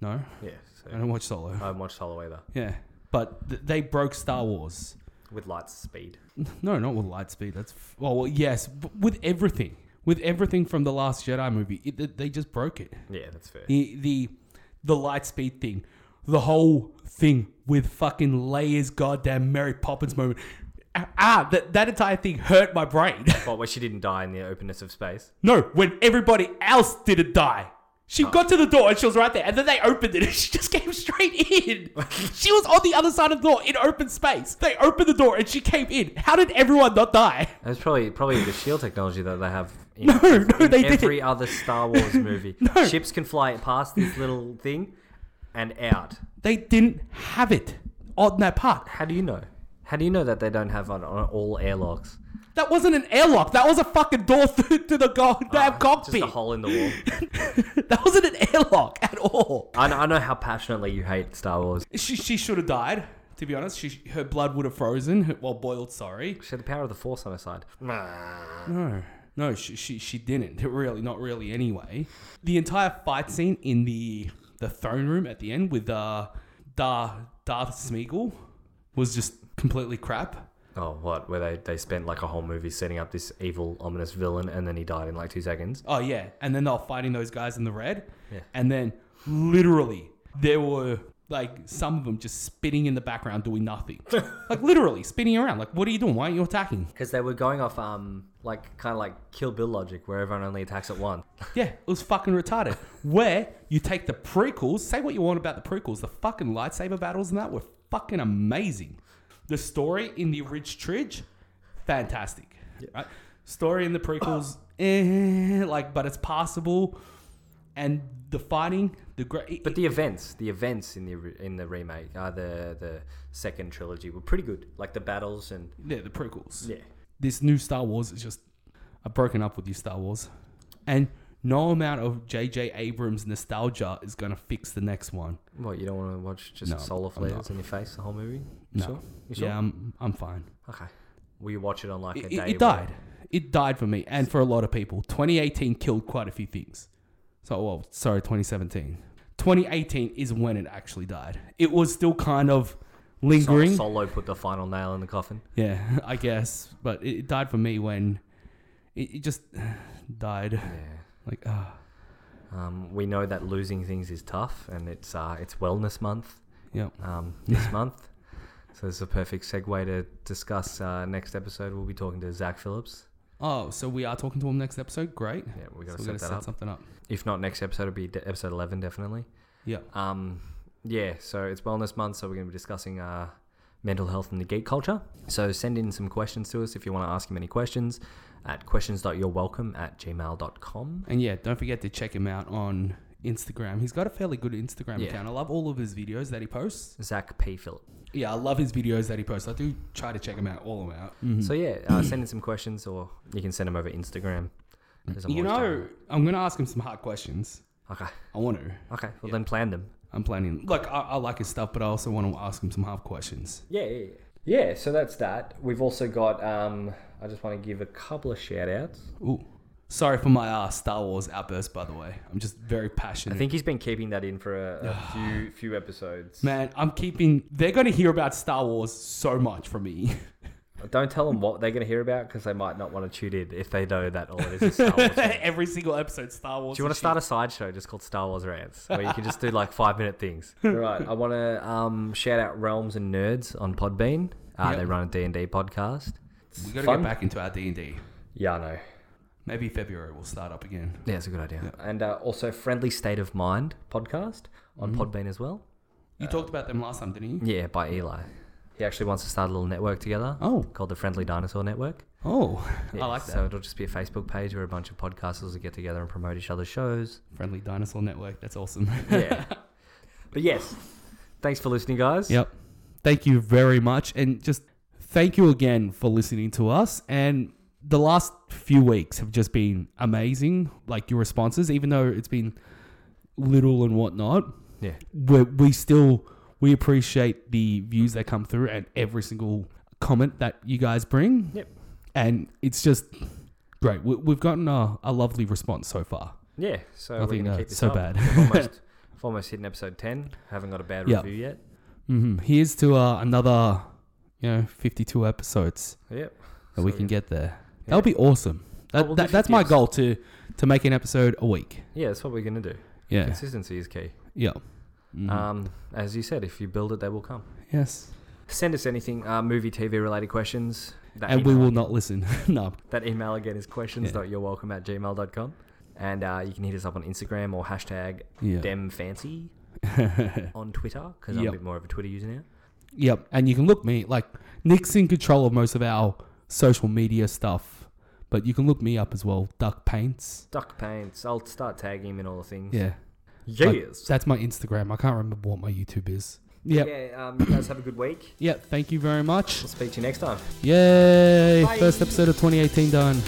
No,
Yeah,
I
so
don't watch Solo.
I haven't watched Solo either.
Yeah. But th- they broke Star Wars.
with light speed.
No, not with Lightspeed. That's f- well, well, yes, but with everything, with everything from the Last Jedi movie, it, it- they just broke it.
Yeah, that's fair.
The the the Lightspeed thing, the whole thing with fucking Leia's goddamn Mary Poppins moment. Ah, Ah, that that entire thing hurt my brain. [laughs]
But where she didn't die in the openness of space.
no, when everybody else didn't die. She got to the door and she was right there, and then they opened it and [laughs] she just came straight in. she was on the other side of the door in open space. They opened the door and she came in. How did everyone not die?
It's probably probably the shield E technology that they
[laughs]
have. In,
No, no,
in
they
every
didn't.
other Star
[laughs]
Wars movie,
No.
ships can fly past this little thing and out.
They didn't have it on that part.
How do you know? How do you know that they don't have on, on all airlocks?
That wasn't an airlock. That was a fucking door [laughs] through to the goddamn
Ah, Just
cockpit.
a
[laughs]
hole in the wall.
that wasn't an airlock at all.
I know, I know how passionately you hate Star Wars.
She, she should have died. To be honest, she her blood would have frozen. her- Well, boiled. Sorry.
She had the power of the Force on her side.
No, no, she, she she didn't. [laughs] Really, not really. Anyway, the entire fight scene in the the throne room at the end with uh Dar Darth Smeagol was just completely crap.
Oh, what? Where they, they spent like a whole movie setting up this evil, ominous villain, and then he died in like two seconds.
Oh yeah, and then they're fighting those guys in the red.
Yeah.
And then literally there were like some of them just spinning in the background doing
[laughs]
nothing. like literally spinning around. Like what are you doing? Why aren't you attacking?
Because they were going off, um, like kind of like Kill Bill logic, where everyone only attacks at once.
Yeah, it was fucking retarded. Where you take the prequels, say what you want about the prequels, the fucking lightsaber battles and that were fucking amazing. The story in the Ridge Tridge, fantastic. Right? Story in the prequels, eh, like, but it's possible. And the fighting, the great.
But the events, the events in the re- in the remake, uh, the the second trilogy, were pretty good. Like the battles and
Yeah, the prequels.
yeah,
This new Star Wars is just. I've broken up with you, Star Wars. And no amount of J.J. Abrams nostalgia is going to fix the next one.
what you don't want to watch just
No,
solar
I'm
flares in your face the whole movie. You
No.
sure? You sure?
Yeah, I'm, I'm fine.
Okay. Will you watch it on like
It,
a
it-
day?
it
where-
died. It died for me and for a lot of people. 2018 killed quite a few things. So, oh, well, sorry, 2017. 2018 is when it actually died. It was still kind of
Sol-
lingering.
Solo put the final nail in the coffin.
Yeah, I guess. But it, it died for me when it, it just [sighs] died.
Yeah.
Like, ah.
Um, we know that losing things is tough, and it's uh, it's Wellness Month
yeah.
um, this [laughs] month. So this is a perfect segue to discuss uh, next episode. We'll be talking to Zach Phillips.
Oh, so we are talking to him next episode. Great.
Yeah, we
So we're
got to set
gonna
that
set
up.
something up.
If not next episode, it'll be de- episode eleven definitely.
Yeah.
Um, yeah, so it's Wellness Month, so we're going to be discussing uh, mental health and the geek culture. So send in some questions to us if you want to ask him any questions at questions.yourwelcome at gmail.com.
And yeah, don't forget to check him out on Instagram. He's got a fairly good Instagram
Yeah.
account. I love all of his videos that he posts.
Zach P. Phillip.
Yeah, I love his videos that he posts. I do try to check him out, all of them out.
So yeah, uh, send in some questions or you can send them over Instagram. 'cause I'm
You
always
know, I'm going to ask him some hard questions.
down. Okay.
I want to.
Okay. Well, then plan them.
I'm planning. Look, I, I like his stuff, but I also want to ask him some hard questions.
Yeah, yeah, yeah. Yeah, so that's that. We've also got, um, I just want to give a couple of shout outs.
Ooh. Sorry for my uh, Star Wars outburst, by the way. I'm just very passionate.
I think he's been keeping that in for a, a few few episodes.
Man, I'm keeping. They're going to hear about Star Wars so much from me.
Don't tell them what they're going to hear about because they might not want to tune in if they know that all it is is Star Wars.
[laughs]
Do
Every single episode, Star Wars.
you want to
and
start a sideshow just called Star Wars Rants where you can just do like five minute things? All [laughs] right, I want to um, shout out Realms and Nerds on Podbean. Uh,
Yep.
They run a D&D podcast.
shit. We got to
fun.
get back into our D and D.
Yeah, I know.
Maybe February we'll start up again.
Yeah, it's a good idea. And uh, also Friendly State of Mind podcast on Podbean as well.
You talked about them last time, didn't you?
Mm. Yeah, by Eli. He actually wants to start a little network together
Oh.
called the Friendly Dinosaur Network.
Oh,
Yeah,
I like that.
So it'll just be a Facebook page where a bunch of podcasters will get together and promote each other's shows.
Friendly Dinosaur Network. That's awesome. [laughs]
yeah. [laughs] But yes, thanks for listening, guys.
Yep. Thank you very much. And just thank you again for listening to us. And the last few weeks have just been amazing. Like your responses, even though it's been little and whatnot,
Yeah.
we we still we appreciate the views that come through and every single comment that you guys bring.
Yep.
And it's just great. We, we've gotten a, a lovely response so far.
Yeah. So
Nothing,
we're gonna
uh,
keep this
so
up.
bad.
[laughs] We've almost, we've almost hitting episode ten. Haven't got a bad
Yep.
review yet.
hmm Here's to uh, another, you know, 52 episodes
Yep.
that we
So,
can get there.
Yeah. Oh,
That would be awesome. That,
we'll do
that, that's my
50s.
goal to to make an episode a week.
Yeah, that's what we're gonna do.
Yeah.
Consistency is key.
yeah. Mhm.
Um, as you said, if you build it, they will come.
yes.
Send us anything, uh, movie, TV related questions. That
And we
email-
will not listen. [laughs] no.
That email again is questions.yourwelcome at gmail.com. And uh, you can hit us up on Instagram or hashtag
Yeah. [laughs]
demfancy on Twitter because I'm a
Yep.
bit more of a Twitter user now.
Yep. And you can look me like Nick's in control of most of our social media stuff, but you can look me up as well. Duck Paints.
Duck paints. I'll start tagging him in all the things.
Yeah. Like,
Yes.
that's my Instagram. I can't remember what my YouTube is. Yep. Yeah.
Yeah. Um, you guys have a good week.
Thank you very much.
We'll speak to you next time.
Yay! First episode of 2018 done.